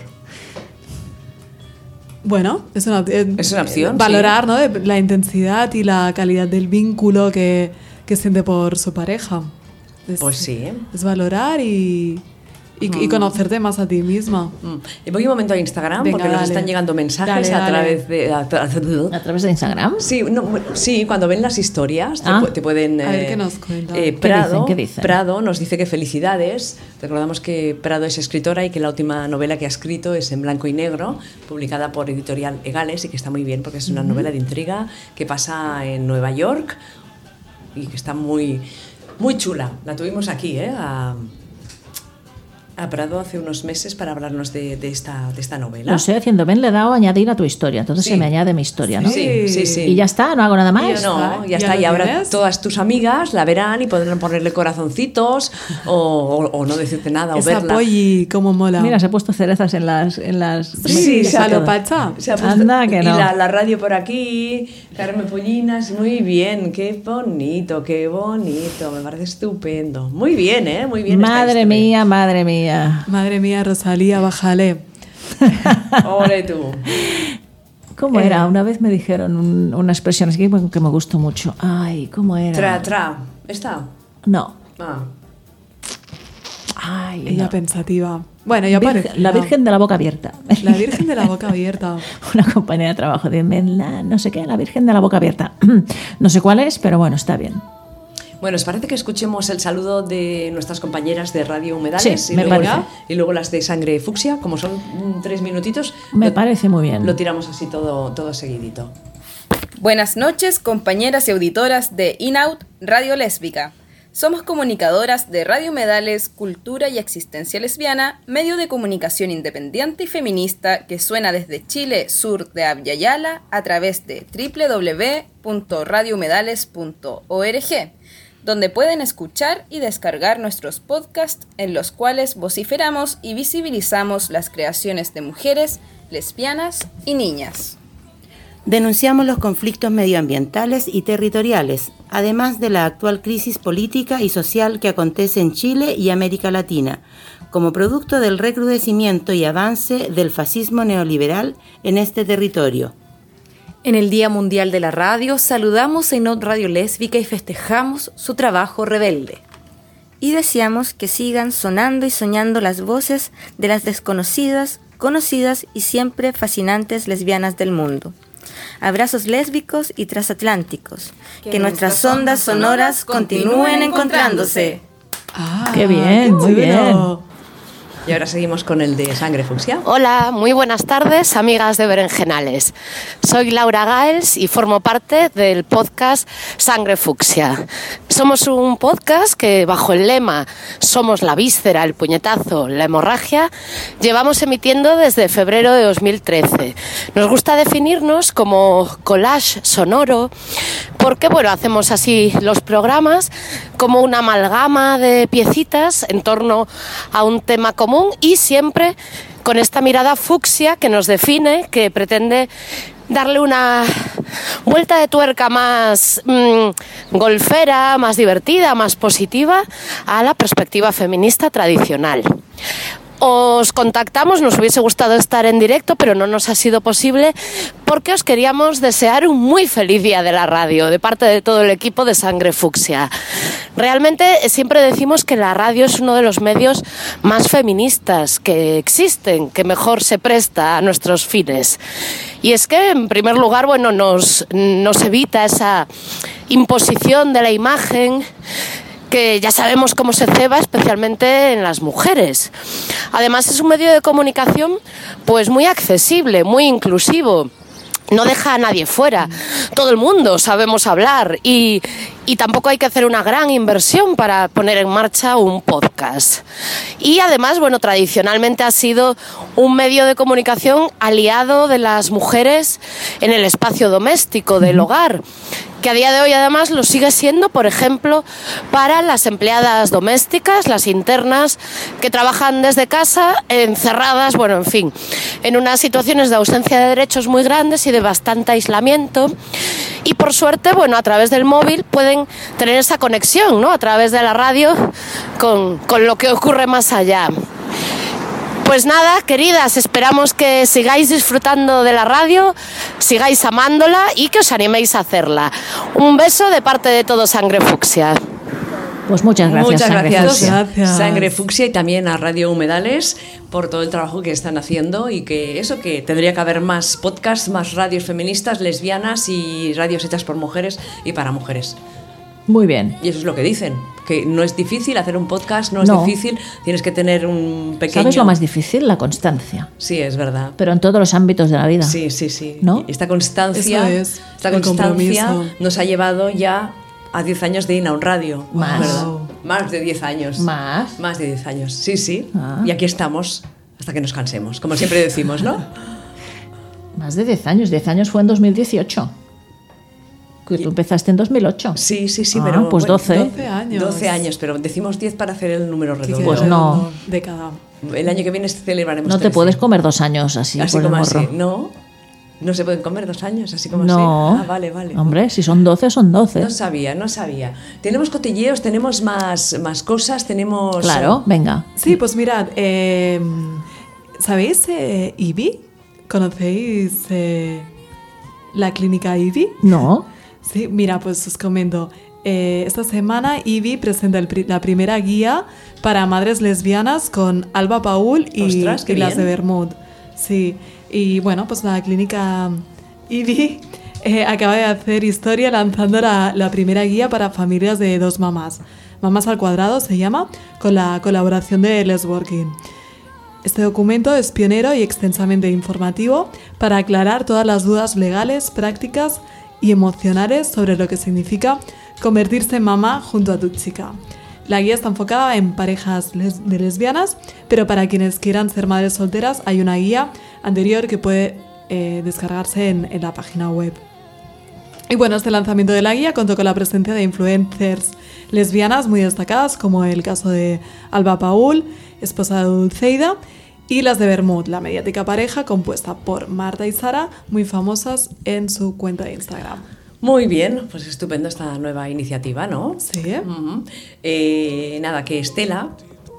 Bueno, es una, op- eh,
Es una opción,
eh, Valorar ¿no? De- la intensidad y la calidad del vínculo que, que siente por su pareja. Es-
Pues sí, ¿eh?
Es valorar y, y,
Ah.
y conocerte más a ti misma.
Mm. Y Voy un momento a Instagram
Venga,
porque nos
dale.
están llegando mensajes
Dale,
a
dale.
través de... a tra- [LAUGHS]
A través de Instagram.
Sí, no, bueno, sí, cuando ven las historias te,
Ah.
pu- te pueden... eh,
A ver qué nos cuentan. ¿Qué dicen?
Prado,
¿Qué dicen?
Prado nos dice que felicidades. Recordamos que Prado es escritora y que la última novela que ha escrito es En Blanco y Negro, publicada por Editorial Egales y que está muy bien porque es una novela de intriga que pasa en Nueva York y que está muy, muy chula. La tuvimos aquí, ¿eh? A, a Prado hace unos meses para hablarnos de, de esta, de esta novela.
Lo sé, haciendo bien le he dado a añadir a tu historia, entonces
Sí.
se me añade mi historia, ¿no?
Sí, sí, sí.
Y ya está, no hago nada más.
No, ya,
Ya
está.
lo
Y ahora
tienes.
todas tus amigas la verán y podrán ponerle corazoncitos o, o- o no decirte nada o
Esa
verla.
polly, cómo mola.
Mira, se ha puesto cerezas en las... En las
sí,
se ha-
a lo pacha.
se ha puesto-
Anda, que no.
Y la, la radio por aquí, Carmen Pollinas, muy bien, qué bonito, qué bonito, me parece estupendo. Muy bien, ¿eh? Muy bien. esta
Madre
historia.
mía, madre mía.
Madre mía, Rosalía, bájale.
Ole
[LAUGHS]
tú.
¿Cómo era?
Eh.
Una vez me dijeron un- una expresión así que, que me gustó mucho. Ay, ¿cómo era?
Tra, tra. ¿Está?
No.
Ah.
Ay,
Ella
no.
pensativa. Bueno, ya
Virgen-
parece.
la Virgen de la boca abierta.
La Virgen de la boca
[LAUGHS]
abierta.
[LAUGHS] Una compañera de trabajo de la, no sé qué, la Virgen de la boca abierta. [CLEARS THROAT] No sé cuál es, pero bueno, está bien.
Bueno, ¿os parece que escuchemos el saludo de nuestras compañeras de Radio Humedales?
Sí,
y,
me
luego,
parece.
y luego las de Sangre Fucsia, como son mm, tres minutitos.
Me
lo-
parece muy bien.
Lo tiramos así todo, todo seguidito.
Buenas noches, compañeras y auditoras de InOut Radio Lésbica. Somos comunicadoras de Radio Medales, Cultura y Existencia Lesbiana, medio de comunicación independiente y feminista que suena desde Chile, sur de Abyayala, a través de www.radiomedales.org, donde pueden escuchar y descargar nuestros podcasts en los cuales vociferamos y visibilizamos las creaciones de mujeres, lesbianas y niñas.
Denunciamos los conflictos medioambientales y territoriales, además de la actual crisis política y social que acontece en Chile y América Latina, como producto del recrudecimiento y avance del fascismo neoliberal en este territorio.
En el Día Mundial de la Radio saludamos a Inot Radio Lésbica y festejamos su trabajo rebelde.
y deseamos que sigan sonando y soñando las voces de las desconocidas, conocidas y siempre fascinantes lesbianas del mundo. Abrazos lésbicos y transatlánticos. Que, nuestras ondas sonoras continúen encontrándose.
Ah,
Qué bien, muy
chulo.
Y ahora seguimos con el de Sangre Fucsia.
Hola, muy buenas tardes, amigas de Berenjenales. Soy Laura Gaels y formo parte del podcast Sangre Fucsia. Somos un podcast que, bajo el lema Somos la víscera, el puñetazo, la hemorragia, llevamos emitiendo desde febrero de 2013. Nos gusta definirnos como collage sonoro, porque bueno, hacemos así los programas como una amalgama de piecitas en torno a un tema común y siempre con esta mirada fucsia que nos define, que pretende darle una vuelta de tuerca más mm, golfera, más divertida, más positiva a la perspectiva feminista tradicional. Os contactamos, nos hubiese gustado estar en directo, pero no nos ha sido posible porque os queríamos desear un muy feliz día de la radio de parte de todo el equipo de Sangre Fucsia. Realmente eh, siempre decimos que la radio es uno de los medios más feministas que existen, que mejor se presta a nuestros fines. Y es que, en primer lugar, bueno, nos, nos evita esa imposición de la imagen que ya sabemos cómo se ceba, especialmente en las mujeres. Además, es un medio de comunicación pues muy accesible, muy inclusivo. No deja a nadie fuera. Todo el mundo sabemos hablar y, y tampoco hay que hacer una gran inversión para poner en marcha un podcast. Y además, bueno, tradicionalmente ha sido un medio de comunicación aliado de las mujeres en el espacio doméstico, del hogar que a día de hoy además lo sigue siendo, por ejemplo, para las empleadas domésticas, las internas, que trabajan desde casa, encerradas, bueno, en fin, en unas situaciones de ausencia de derechos muy grandes y de bastante aislamiento. Y por suerte, bueno, a través del móvil pueden tener esa conexión, ¿no? A través de la radio con, con lo que ocurre más allá. Pues nada, queridas, esperamos que sigáis disfrutando de la radio, sigáis amándola y que os animéis a hacerla. Un beso de parte de todo Sangre Fucsia.
Pues muchas gracias.
Muchas
Sangre
gracias,
Fucsia.
Sangre Fucsia y también a Radio Humedales por todo el trabajo que están haciendo y que eso, que tendría que haber más podcasts, más radios feministas, lesbianas y radios hechas por mujeres y para mujeres.
Muy bien.
Y eso es lo que dicen, que no es difícil hacer un podcast, no es
No.
difícil, tienes que tener un pequeño...
¿Sabes lo más difícil? La constancia.
Sí, es verdad.
Pero en todos los ámbitos de la vida.
Sí, sí, sí.
¿No?
Esta constancia,
Eso es,
esta
el
constancia
compromiso.
nos ha llevado ya a 10 años de Inaun Radio.
Más.
¿verdad? Más de 10 años.
Más.
Más de 10 años. Sí, sí.
Ah.
Y aquí estamos hasta que nos cansemos, como siempre decimos,
[LAUGHS]
¿no?
Más de 10 años. 10 años fue en 2018. Que tú empezaste en 2008.
Sí, sí, sí,
Ah,
pero
Pues
bueno,
12.
12 años.
12 años, pero decimos 10 para hacer el número redondo.
Pues no.
Década.
El año que viene celebraremos
No te
13.
puedes comer dos años así,
Así
por el
como
morro.
así. No, no se pueden comer dos años, así como
No.
así. Ah, vale, vale.
Hombre, si son 12, son 12.
No sabía, no sabía. Tenemos cotilleos, tenemos más, más cosas, tenemos...
claro, venga.
Sí, pues mirad, eh, ¿sabéis eh, IBI? ¿Conocéis eh, la clínica IBI?
No.
Sí, mira, pues os comento. Eh, esta semana IBI presenta el pri- la primera guía para madres lesbianas con Alba Paul y,
Ostras, qué
y las de
bien.
Bermud. Sí, y bueno, pues la clínica IBI eh, acaba de hacer historia lanzando la, la primera guía para familias de dos mamás. Mamás al cuadrado se llama, con la colaboración de Lesworking. Este documento es pionero y extensamente informativo para aclarar todas las dudas legales, prácticas y emocionales sobre lo que significa convertirse en mamá junto a tu chica. La guía está enfocada en parejas les- de lesbianas, pero para quienes quieran ser madres solteras hay una guía anterior que puede eh, descargarse en- en la página web. Y bueno, este lanzamiento de la guía contó con la presencia de influencers lesbianas muy destacadas, como el caso de Alba Paul, esposa de Dulceida, y las de Bermud, la mediática pareja compuesta por Marta y Sara, muy famosas en su cuenta de Instagram.
Muy bien, pues estupendo esta nueva iniciativa, ¿no?
Sí, ¿eh?
Ujú. Eh, nada, que Estela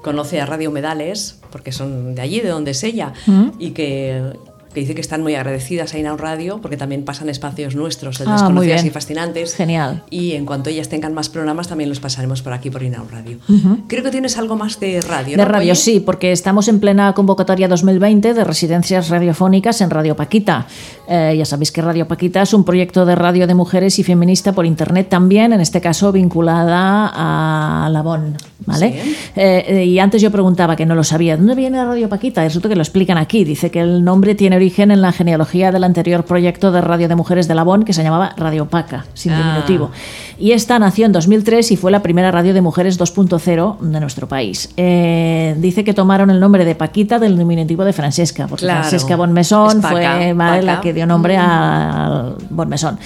conoce a Radio Medales, porque son de allí, de donde es ella, y que, que dice que están muy agradecidas a Inaun Radio, porque también pasan espacios nuestros, el
Ah, muy
Desconocidas
bien.
y Fascinantes.
Genial.
Y en cuanto ellas tengan más programas, también los pasaremos por aquí, por Inaun Radio. Creo que tienes algo más de radio.
De
¿no,
radio,
Oye?
sí, porque estamos en plena convocatoria 2020 de residencias radiofónicas en Radio Paquita. Eh, ya sabéis que Radio Paquita es un proyecto de radio de mujeres y feminista por internet también, en este caso vinculada a la BON. ¿Vale?
Sí.
Eh, eh, y antes yo preguntaba que no lo sabía, ¿dónde viene la Radio Paquita? Y Resulta que lo explican aquí. Dice que el nombre tiene origen en la genealogía del anterior proyecto de radio de mujeres de la BON que se llamaba Radio Paca, sin
Ah.
diminutivo. Y esta nació en 2003 y fue la primera radio de mujeres 2.0 de nuestro país. Eh, dice que tomaron el nombre de Paquita del diminutivo de Francesca, porque
Claro.
Francesca Bonmesón
Es Paca,
fue ¿vale? la
Paca. Mm.
que dio nombre a Bonmesón.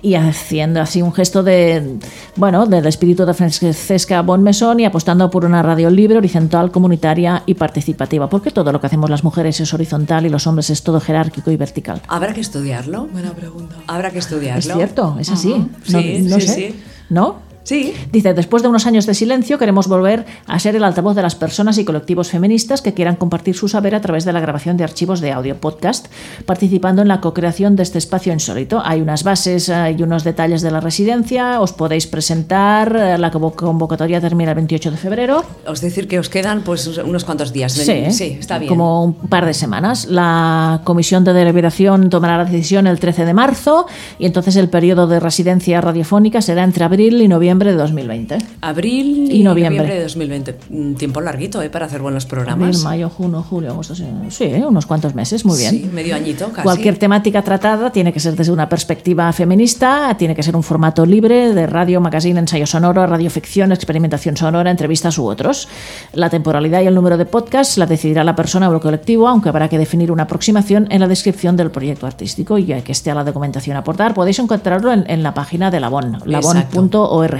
Y haciendo así un gesto de, bueno, del espíritu de Francesca Bonmesón y apostando por una radio libre, horizontal, comunitaria y participativa. Porque todo lo que hacemos las mujeres es horizontal y los hombres es todo jerárquico y vertical.
Habrá que estudiarlo.
Buena pregunta.
Habrá que estudiarlo.
Es cierto, es así.
Ajá.
No-
Sí,
no
sí,
sé.
sí.
¿No?
Sí.
Dice, después de unos años de silencio, queremos volver a ser el altavoz de las personas y colectivos feministas que quieran compartir su saber a través de la grabación de archivos de audio podcast, participando en la co-creación de este espacio insólito. Hay unas bases eh, y unos detalles de la residencia, os podéis presentar, eh, la convo- convocatoria termina el 28 de febrero.
Os decir que os quedan pues unos cuantos días.
Sí, ¿eh?
está bien.
Como un par de semanas. La comisión de deliberación tomará la decisión el 13 de marzo y entonces el periodo de residencia radiofónica será entre abril y noviembre noviembre de 2020.
Abril
Y noviembre.
de 2020. Mm, Tiempo larguito, ¿eh? Para hacer buenos programas.
Abril, mayo, junio, julio, agosto. Sí, sí, ¿eh? unos cuantos meses, muy bien.
Sí, medio añito casi.
Cualquier temática tratada tiene que ser desde una perspectiva feminista, tiene que ser un formato libre de radio, magazine, ensayo sonoro, radioficción, experimentación sonora, entrevistas u otros. La temporalidad y el número de podcasts la decidirá la persona o el colectivo, aunque habrá que definir una aproximación en la descripción del proyecto artístico y ya que esté a la documentación a aportar, podéis encontrarlo en, en la página de Labón, labón.org.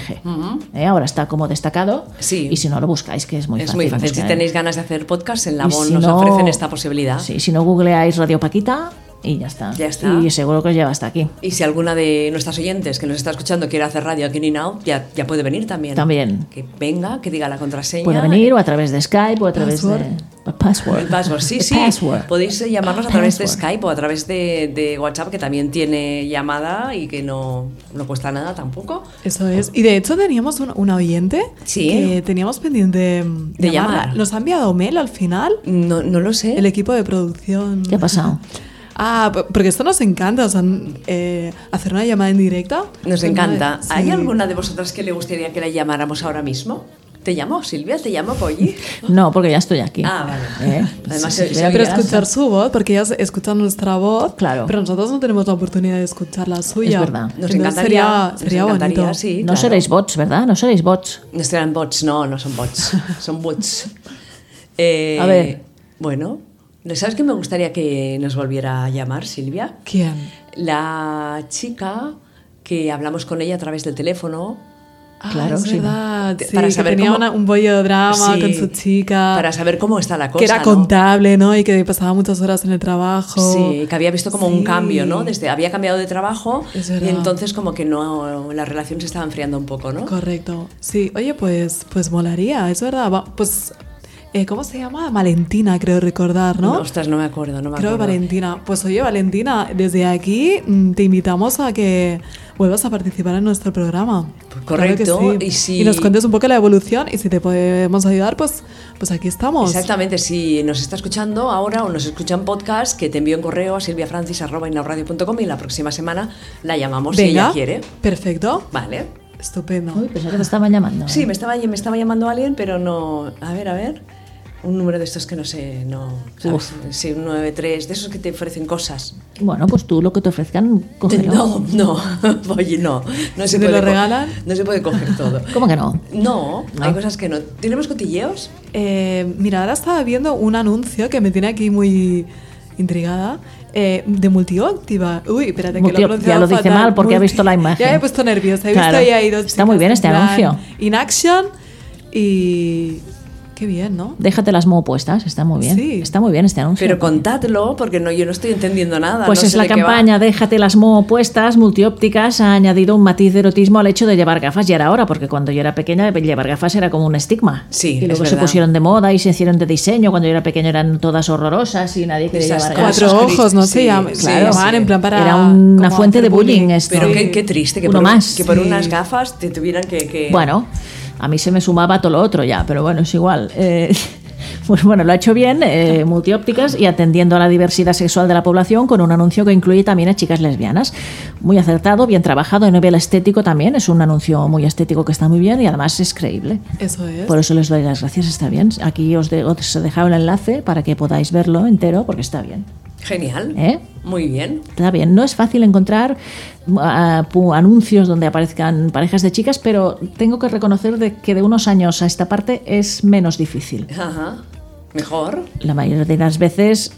Eh, Ahora está como destacado y si no lo buscáis, que es muy
es
fácil.
muy fácil. Si
buscar, ¿eh?
tenéis ganas de hacer podcast, en
Y
la BON
si
nos
no-
ofrecen esta posibilidad.
Sí, si no googleáis Radio Paquita y ya está.
Ya está.
Y seguro que os lleva hasta aquí.
Y si alguna de nuestras oyentes que nos está escuchando quiere hacer radio aquí en Inau, ya, ya puede venir también.
También.
Que venga, que diga la contraseña.
Puede venir o a través de Skype o a través
Password.
de password.
El password, sí,
El
sí.
password.
Podéis eh, llamarnos a través de
Password.
Skype o a través de, de WhatsApp, que también tiene llamada y que no, no cuesta nada tampoco.
Eso es. Y de hecho teníamos un- una oyente
Sí.
que teníamos pendiente mm,
De
llamarla.
llamar. ¿Eh?
¿Nos ha enviado mail al final?
No, lo sé.
El equipo de producción.
¿Qué ha pasado?
Ah, p- porque esto nos encanta, o sea, n- eh, hacer una llamada en directo.
Nos encanta.
Sí.
¿Hay alguna de vosotras que le gustaría que la llamáramos ahora mismo? ¿Te llamo, Silvia? ¿Te llamo,
[LAUGHS]
Polly?
No, porque ya estoy aquí.
Ah, vale.
¿Eh?
Además,
Sí,
se-
sí,
se
veo que
Pero
ya-
escuchar su voz, porque ellas escuchan nuestra voz,
Claro.
pero nosotros no tenemos la oportunidad de escuchar la suya.
verdad. Nos
Entonces
encantaría,
sería,
nos
sería
encantaría,
bonito.
sí.
No
claro.
seréis bots, ¿verdad? No seréis bots.
No serán bots, no, no son bots. [LAUGHS] Son bots. Eh,
A ver.
Bueno, ¿sabes que me gustaría que nos volviera a llamar, Silvia?
¿Quién?
La chica que hablamos con ella a través del teléfono.
Claro,
Ah, es
sí.
verdad. Sí,
para
que
saber
tenía
cómo-
una- un bollo drama
Sí,
con su chica.
Para saber cómo está la cosa.
que era
¿no?
contable, ¿no? Y que pasaba muchas horas en el trabajo.
Sí, que había visto como un
Sí.
cambio, ¿no? Desde había cambiado de trabajo
Es
y
verdad.
entonces como que no la relación se estaba enfriando un poco, ¿no?
Correcto. Sí, oye, pues, pues molaría, es verdad. Va- pues, eh, ¿cómo se llama? Valentina, creo recordar, ¿no?
Ostras, no me acuerdo, no me
creo
acuerdo.
Valentina. Pues oye, Valentina, desde aquí mm, te invitamos a que vuelvas a participar en nuestro programa. Claro que
Correcto,
sí.
y si-
nos cuentes un poco la evolución y si te podemos ayudar, pues, pues aquí estamos.
Exactamente, si nos está escuchando ahora o nos escucha en podcast, que te envío un correo a silviafrancis.com y la próxima semana la llamamos si
Venga.
ella quiere.
Perfecto.
Vale.
Estupendo.
Uy, pensaba que te estaban llamando.
Sí, me estaba, me estaba llamando alguien, pero no. A ver, a ver. Un número de estos que no sé, no. ¿sabes? Sí, un 93, de esos que te ofrecen cosas.
Bueno, pues tú lo que te ofrezcan, cógelo.
No, no, [LAUGHS] oye, no. No se
¿Te
puede
lo
co-
regalan?
No se puede coger
[LAUGHS]
todo.
¿Cómo que no?
No, hay
No.
cosas que no. ¿Tenemos cotilleos?
Eh, mira, ahora estaba viendo un anuncio que me tiene aquí muy intrigada. eh, de multióptiva. Uy, espérate, que
Multi-
lo he pronunciado
ya lo dice
fatal.
mal porque ha
Multi-
visto la imagen.
Ya me he puesto nerviosa. He
Claro.
visto ahí a dos
Está muy
chicas
bien
en
este
plan
anuncio.
In action y. Qué bien, ¿no?
Déjate las mo puestas, está muy bien.
Sí.
Está muy bien este anuncio.
Pero contadlo, porque no, yo no estoy entendiendo nada.
Pues
no
es
sé
la
de qué va.
campaña Déjate las mo opuestas, multiópticas, ha añadido un matiz de erotismo al hecho de llevar gafas ya era ahora, porque cuando yo era pequeña llevar gafas era como un estigma.
Sí,
y
es
luego se
verdad.
pusieron de moda y se hicieron de diseño, cuando yo era pequeña eran todas horrorosas y nadie quería
Esas
llevar
cosas.
gafas.
Cuatro
Cristo,
ojos, ¿no? se
sí,
llaman, se
claro,
llamaban
sí.
en plan para.
Era una
como
fuente
hacer
de bullying esto.
Pero
Sí.
qué, qué triste que
Uno
por, un-
más.
que por
Sí.
unas gafas te tuvieran que... que-
Bueno, a mí se me sumaba todo lo otro ya, pero bueno, es igual. Eh, [LAUGHS] pues bueno, lo ha hecho bien, eh, multiópticas y atendiendo a la diversidad sexual de la población con un anuncio que incluye también a chicas lesbianas. Muy acertado, bien trabajado, en nivel estético también. Es un anuncio muy estético que está muy bien y además es creíble.
Eso es.
Por eso les doy las gracias, está bien. Aquí os, de, os he dejado el enlace para que podáis verlo entero porque está bien.
Genial.
¿Eh?
Muy bien.
Está bien, no es fácil encontrar ah, pu- anuncios donde aparezcan parejas de chicas, pero tengo que reconocer de que de unos años a esta parte es menos difícil.
Ajá. Mejor.
La mayoría de las veces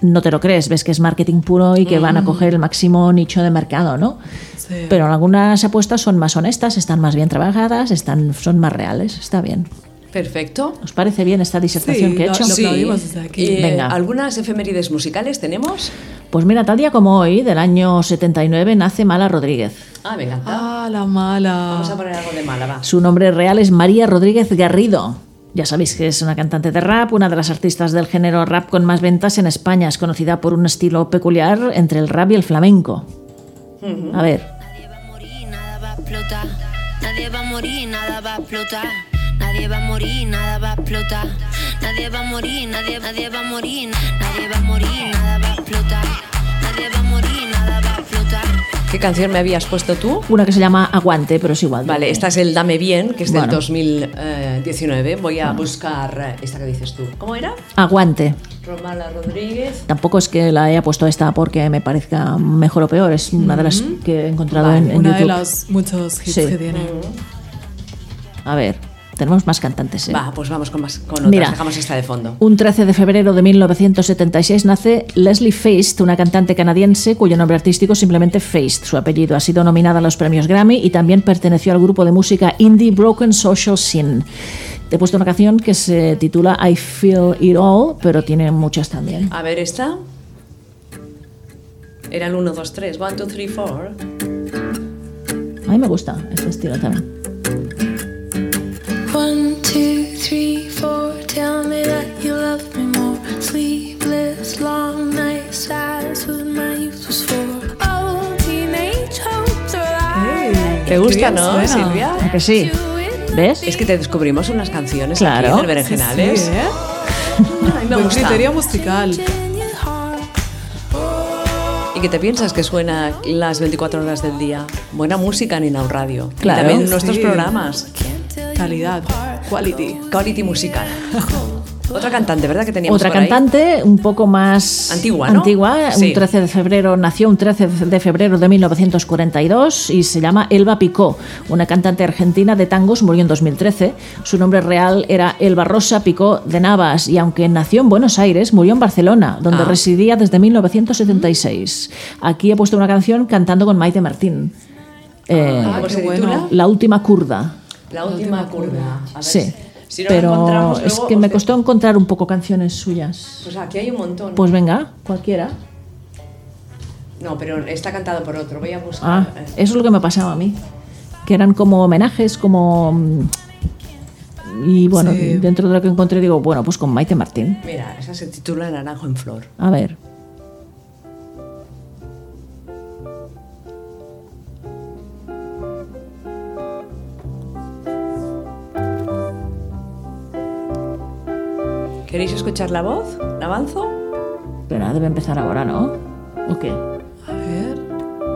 no te lo crees, ves que es marketing puro y que van a coger el máximo nicho de mercado, ¿no?
Mm. Sí.
Pero algunas apuestas son más honestas, están más bien trabajadas, están, son más reales, está bien.
Perfecto.
¿Os parece bien esta disertación
Sí,
que he
lo-
hecho?
lo aplaudimos desde aquí.
Eh,
Venga.
¿Algunas efemérides musicales tenemos?
Pues mira, tal día como hoy, del año 79, nace Mala Rodríguez.
Ah, me encanta.
Ah, la mala.
Vamos a poner algo de mala, va.
Su nombre real es María Rodríguez Garrido. Ya sabéis que es una cantante de rap, una de las artistas del género rap con más ventas en España. Es conocida por un estilo peculiar entre el rap y el flamenco. A ver,
Nadie va a morir, nada va a explotar. Nadie va a morir, nada va a explotar. Nadie va a morir, nada va a explotar. Nadie va a morir, nadie, nadie va a morir. Nadie va a morir, nada va a explotar. Nadie va a morir, nada va a explotar.
¿Qué canción me habías puesto tú?
Una que se llama Aguante, pero es igual.
Vale, esta es el Dame Bien, que es del
Bueno.
2019. Voy a buscar eh, esta que dices tú. ¿Cómo era?
Aguante.
Romala Rodríguez.
Tampoco es que la haya puesto esta porque me parezca mejor o peor, es una de las
Ujú.
que he encontrado
Vale,
en, en
una de
YouTube.
los muchos hits
Sí.
que tiene.
A ver, tenemos más cantantes. ¿eh?
Va, pues vamos con, más, con otras.
Mira.
Dejamos esta de fondo.
Un 13 de febrero de 1976 nace Leslie Feist, una cantante canadiense cuyo nombre artístico es simplemente Feist. Su apellido ha sido nominada a los premios Grammy y también perteneció al grupo de música indie Broken Social Scene. Te he puesto una canción que se titula I Feel It All, pero tiene muchas también.
A ver, esta. Era el 1, 2, 3. 1, 2, 3, 4.
A mí me gusta este estilo también.
One, two, three, four. Tell me that you love me more. Sleepless, long nights. That's what my youth was for. Oh, teenage hopes are alive.
¿Te gusta, no,
suena.
Silvia?
¿A que sí? ¿Ves?
Es que te descubrimos unas canciones
Claro.
aquí del Berenjenales.
Sí, sí, ¿eh?
Ay, me
Buen
gusta.
criterio musical.
¿Y qué te piensas que suena las 24 horas del día? Buena música en Inau Radio. Y
Claro.
también nuestros
Sí.
programas.
Calidad. Quality.
Quality
[LAUGHS]
musical. Otra cantante, ¿verdad? Que teníamos
Otra
por ahí?
cantante un poco más
Antigua, ¿no?
antigua,
Sí.
un 13 de febrero, nació un 13 de febrero de 1942 y se llama Elba Picó, una cantante argentina de tangos, murió en 2013. Su nombre real era Elba Rosa Picó de Navas y aunque nació en Buenos Aires, murió en Barcelona, donde
Ah.
residía desde 1976. Aquí he puesto una canción cantando con Maite Martín. Eh,
Ah, pues se titula
La última curda.
La última curva. A ver
Sí.
si- si no la
pero
encontramos
es
luego,
que me
os de-
costó encontrar un poco canciones suyas.
Pues aquí hay un montón.
Pues venga, cualquiera.
No, pero está cantado por otro. Voy a buscar.
Ah,
eh,
eso es lo que me pasaba a mí. Que eran como homenajes, como. mm, Y bueno,
Sí.
dentro de lo que encontré, digo, bueno, pues con Maite Martín.
Mira, esa se titula Naranjo en Flor.
A ver.
¿Queréis escuchar la voz? ¿La avanzo?
Pero debe empezar ahora, ¿no? ¿O qué?
A ver.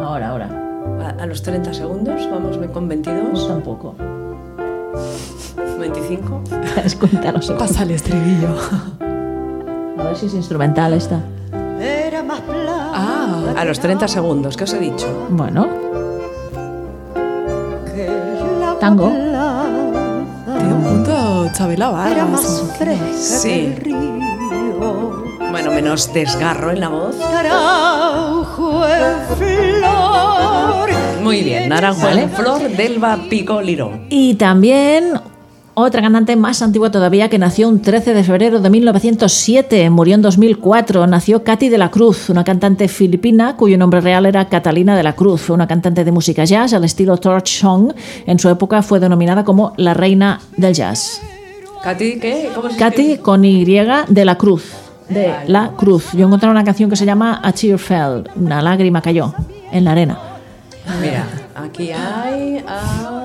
Ahora, ahora. Pues
A, a los 30 segundos, vamos con 22.
tampoco. [LAUGHS]
25.
¿Te das cuenta? No sé.
Pasa el estribillo.
A ver si es instrumental esta.
Ah, a los 30 segundos, ¿qué os he dicho?
Bueno. Tango.
Tiene un punto Chabela Vargas.
Sí. Bueno, menos desgarro en la voz. Muy bien, Naranjo
Vale.
en Flor Delva Pico Lirón.
Y también otra cantante más antigua todavía que nació un 13 de febrero de 1907, murió en 2004, nació Katy de la Cruz, una cantante filipina cuyo nombre real era Catalina de la Cruz, fue una cantante de música jazz al estilo torch song, en su época fue denominada como la reina del jazz.
¿Katy qué? ¿Cómo se
Katy
escribe?
con Y de la Cruz. De la Cruz. Yo encontré una canción que se llama A Tear Fell, una lágrima cayó en la arena.
Mira, aquí hay. ah,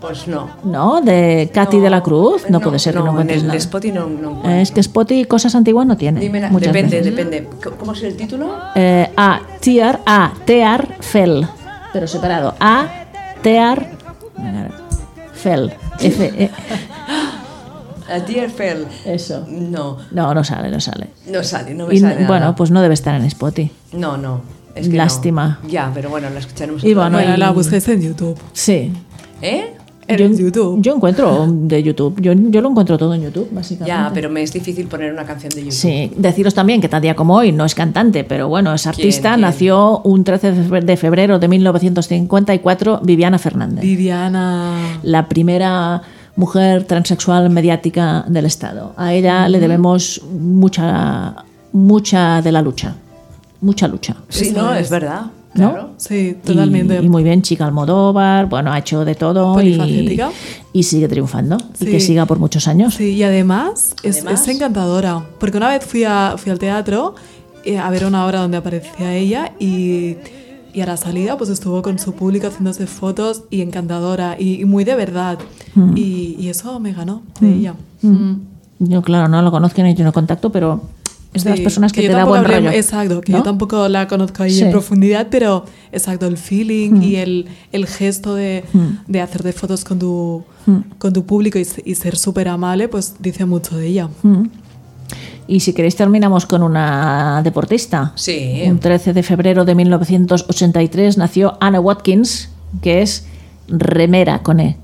pues no.
¿No? De Katy de la Cruz. No, puede ser que no,
en
encuentres
el
nada.
Spotify no. no.
Eh, Es que Spotify cosas antiguas no tiene.
Dímela,
muchas
depende,
veces.
depende. Co- ¿Cómo es el título?
Eh, a tear, a tear fel, pero separado. A tear fel. F E. [LAUGHS]
A Dear Fell.
Eso.
No,
No, no sale, no sale.
no sale, no me
Y,
sale. nada.
bueno, pues no debe estar en Spotify.
No, no. Es que
Lástima.
no. Ya, pero bueno, la escucharemos.
Y bueno,
otro día.
y-
La busques en YouTube.
Sí.
¿Eh?
Yo, en- yo encuentro de YouTube. Yo, yo lo encuentro todo en YouTube, básicamente.
Ya, pero me es difícil poner una canción de YouTube.
Sí, deciros también que tal día como hoy no es cantante, pero bueno, es artista.
quién?
Nació un 13 de fe- de febrero de 1954 Viviana Fernández.
Viviana.
la primera mujer transexual mediática del Estado. A ella le debemos mucha, mucha de la lucha, mucha lucha.
Sí, no, es verdad.
¿No?
Claro.
Sí,
Y-
totalmente.
Y, muy bien, chica Almodóvar, bueno, ha hecho de todo y,
Polifacética.
y sigue triunfando y que
Sí.
siga por muchos años.
Sí, y además es,
Además.
es encantadora. Porque una vez fui, a- fui al teatro eh, a ver una obra donde aparecía ella y, y a la salida pues estuvo con su público haciéndose fotos y encantadora y, y muy de verdad.
Mm.
Y, y eso me ganó de ella. Mm.
Yo, claro, no lo conozco ni yo no contacto, pero Es de las personas que,
yo
te da
tampoco
buen
habría-
rollo.
Exacto, que
¿no?
yo tampoco la conozco ahí
Sí.
en profundidad, pero exacto, el feeling
Mm.
y el, el gesto de,
Mm.
de hacerte fotos con tu,
Mm.
con tu público y, se- y ser súper amable, pues dice mucho de ella.
Mm. Y si queréis terminamos con una deportista.
Sí.
Un 13 de febrero de 1983 nació Anna Watkins, que es remera con E.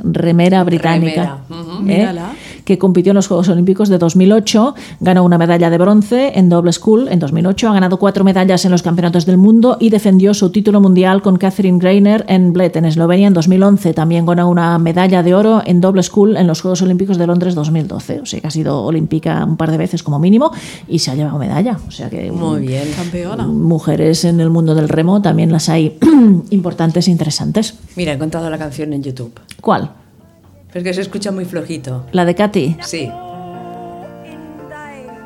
Remera británica.
Remera, ujú.
¿eh?
Mírala.
Que compitió en los Juegos Olímpicos de 2008, ganó una medalla de bronce en doble school en 2008, ha ganado cuatro medallas en los campeonatos del mundo y defendió su título mundial con Catherine Greiner en Bled, en Eslovenia, en 2011. También ganó una medalla de oro en doble school en los Juegos Olímpicos de Londres 2012. O sea que ha sido olímpica un par de veces como mínimo y se ha llevado medalla. O sea que
Muy bien.
Campeona.
mujeres en el mundo del remo también las hay [CLEARS THROAT] importantes e interesantes.
Mira, he encontrado la canción en YouTube.
¿Cuál?
Es que se escucha muy flojito.
¿La de Katy?
Sí,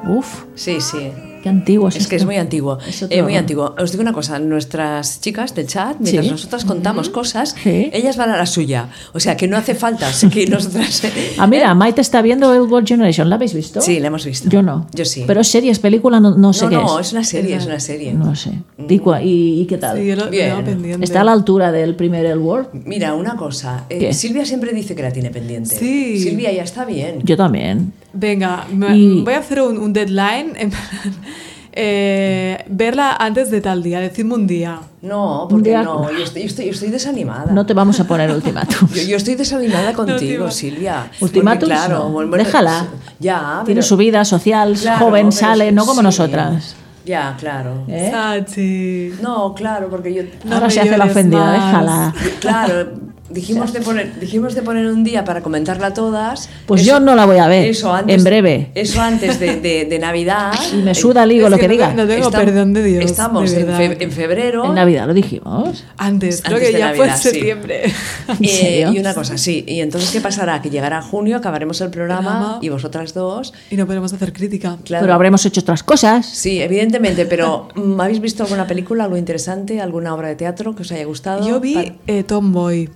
Uf,
sí, sí.
qué antiguo es
Es que es
esto.
muy antiguo.
Pues Es otro-
eh, muy antiguo. Os digo una cosa, nuestras chicas del chat, mientras
Sí.
nosotras contamos cosas,
Sí.
ellas van a la suya. O sea que no hace
[LAUGHS]
falta así que nosotras.
Ah, mira, Maite está viendo El World Generation. ¿La habéis visto?
Eh. Sí, la hemos visto.
Yo no.
Yo sí.
Pero series, película, no, no sé
no,
qué
no,
es.
es una serie, es Mm. una serie.
No sé. ¿Y, cua- y- y qué tal?
Sí, yo lo- lo llevo pendiente.
¿Está a la altura del primer El World?
Mira, una cosa. eh,
¿Qué?
Silvia siempre dice que la tiene pendiente.
Sí.
Silvia ya está bien.
Yo también.
Venga, me-
Y-
voy a hacer un, un deadline. en plan, [LAUGHS] eh, verla antes de tal día, decidme un día.
No, porque
Ya.
no. Yo estoy, yo estoy, yo estoy desanimada.
No te vamos a
[LAUGHS]
poner ultimátum.
Yo, yo estoy
[LAUGHS]
desanimada contigo,
Ultima-
Silvia.
Ultimátums,
Porque, claro,
no.
bueno, bueno,
Déjala.
Ya,
Tiene
pero-
su vida social,
ah, Claro,
joven,
pero
sale, no como
sí.
nosotras.
Ya, claro.
¿Eh?
Sachi.
No, claro, porque yo.
No
Ahora
me
se hace la
llores
ofendida,
más.
déjala.
Claro, dijimos de, poner, dijimos de poner un día para comentarla todas.
Pues
Eso-
yo no la voy a ver,
Eso antes,
en breve.
Eso antes de, de- de Navidad.
Y me suda el higo
Es
lo que
no te-
diga.
no tengo
Estam-
perdón de Dios,
Estamos
de
en,
verdad.
fe- en febrero.
En Navidad lo dijimos.
Antes, creo
Antes
que
de
ya
Navidad,
fue
sí.
[LAUGHS]
septiembre.
¿En
Eh,
serio?
y una cosa, sí. ¿Y entonces qué pasará? Que llegará junio, acabaremos el programa,
Programa.
y vosotras dos.
Y no podemos hacer crítica.
Claro.
Pero habremos hecho otras cosas.
Sí, evidentemente, pero mm, ¿habéis visto alguna película, algo interesante, alguna obra de teatro que os haya gustado?
Yo vi
Pa-
eh, Tomboy.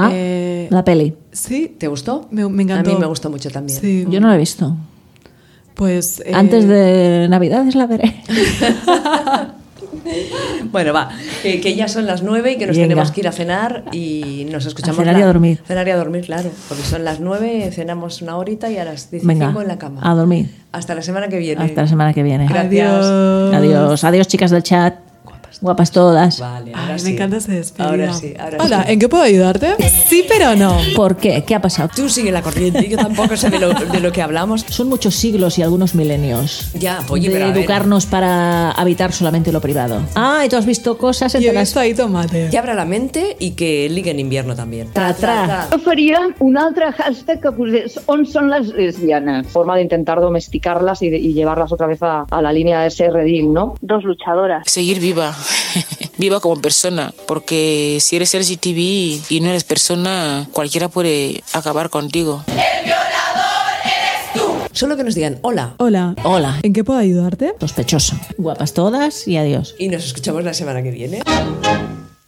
Ah,
Eh,
la peli.
sí,
¿Te gustó?
me,
A
me encantó.
mí me gustó mucho también.
Sí,
Yo no la he visto.
pues... eh,
Antes de Navidades
[LAUGHS]
la veré.
Bueno, va, que, que ya son las nueve y que nos
Venga.
tenemos que ir a cenar y nos escuchamos.
A cenar y
la-
a dormir.
Cenar y a dormir, claro, porque son las nueve, cenamos una horita y a las 15
Venga,
en la cama.
a dormir.
Hasta la semana que viene.
Hasta la semana que viene.
Gracias.
Adiós.
Adiós. Adiós, chicas del chat. Guapas, todas.
Vale, ahora
Ay,
sí.
me encanta ese despedida.
Ahora sí, ahora
Hola,
sí.
¿en qué puedo
[LAUGHS]
ayudarte? Sí, pero no.
¿Por qué? ¿Qué ha pasado?
Tú sigue la corriente, yo tampoco sé de lo, de lo que hablamos.
Son muchos siglos y algunos milenios.
Ya, oye,
de
pero a ver.
educarnos para habitar solamente lo privado. Ah, y tú has visto cosas
Yo
entre
he
las...
visto ahí tomate.
Que abra la mente y que ligue en invierno también.
Tra, tra.
Jo faria un altre hashtag que posés on són les lesbianes. Forma de intentar domesticarlas y, de- y llevarlas otra vez a, a la línea de ser redil, ¿no? Dos luchadoras.
Seguir viva, [LAUGHS] viva como persona, porque si eres LGTB y no eres persona, cualquiera puede acabar contigo.
Solo que nos digan hola
Hola,
Hola.
¿en qué puedo ayudarte?
Sospechoso. Guapas todas y adiós.
y nos escuchamos la semana que viene.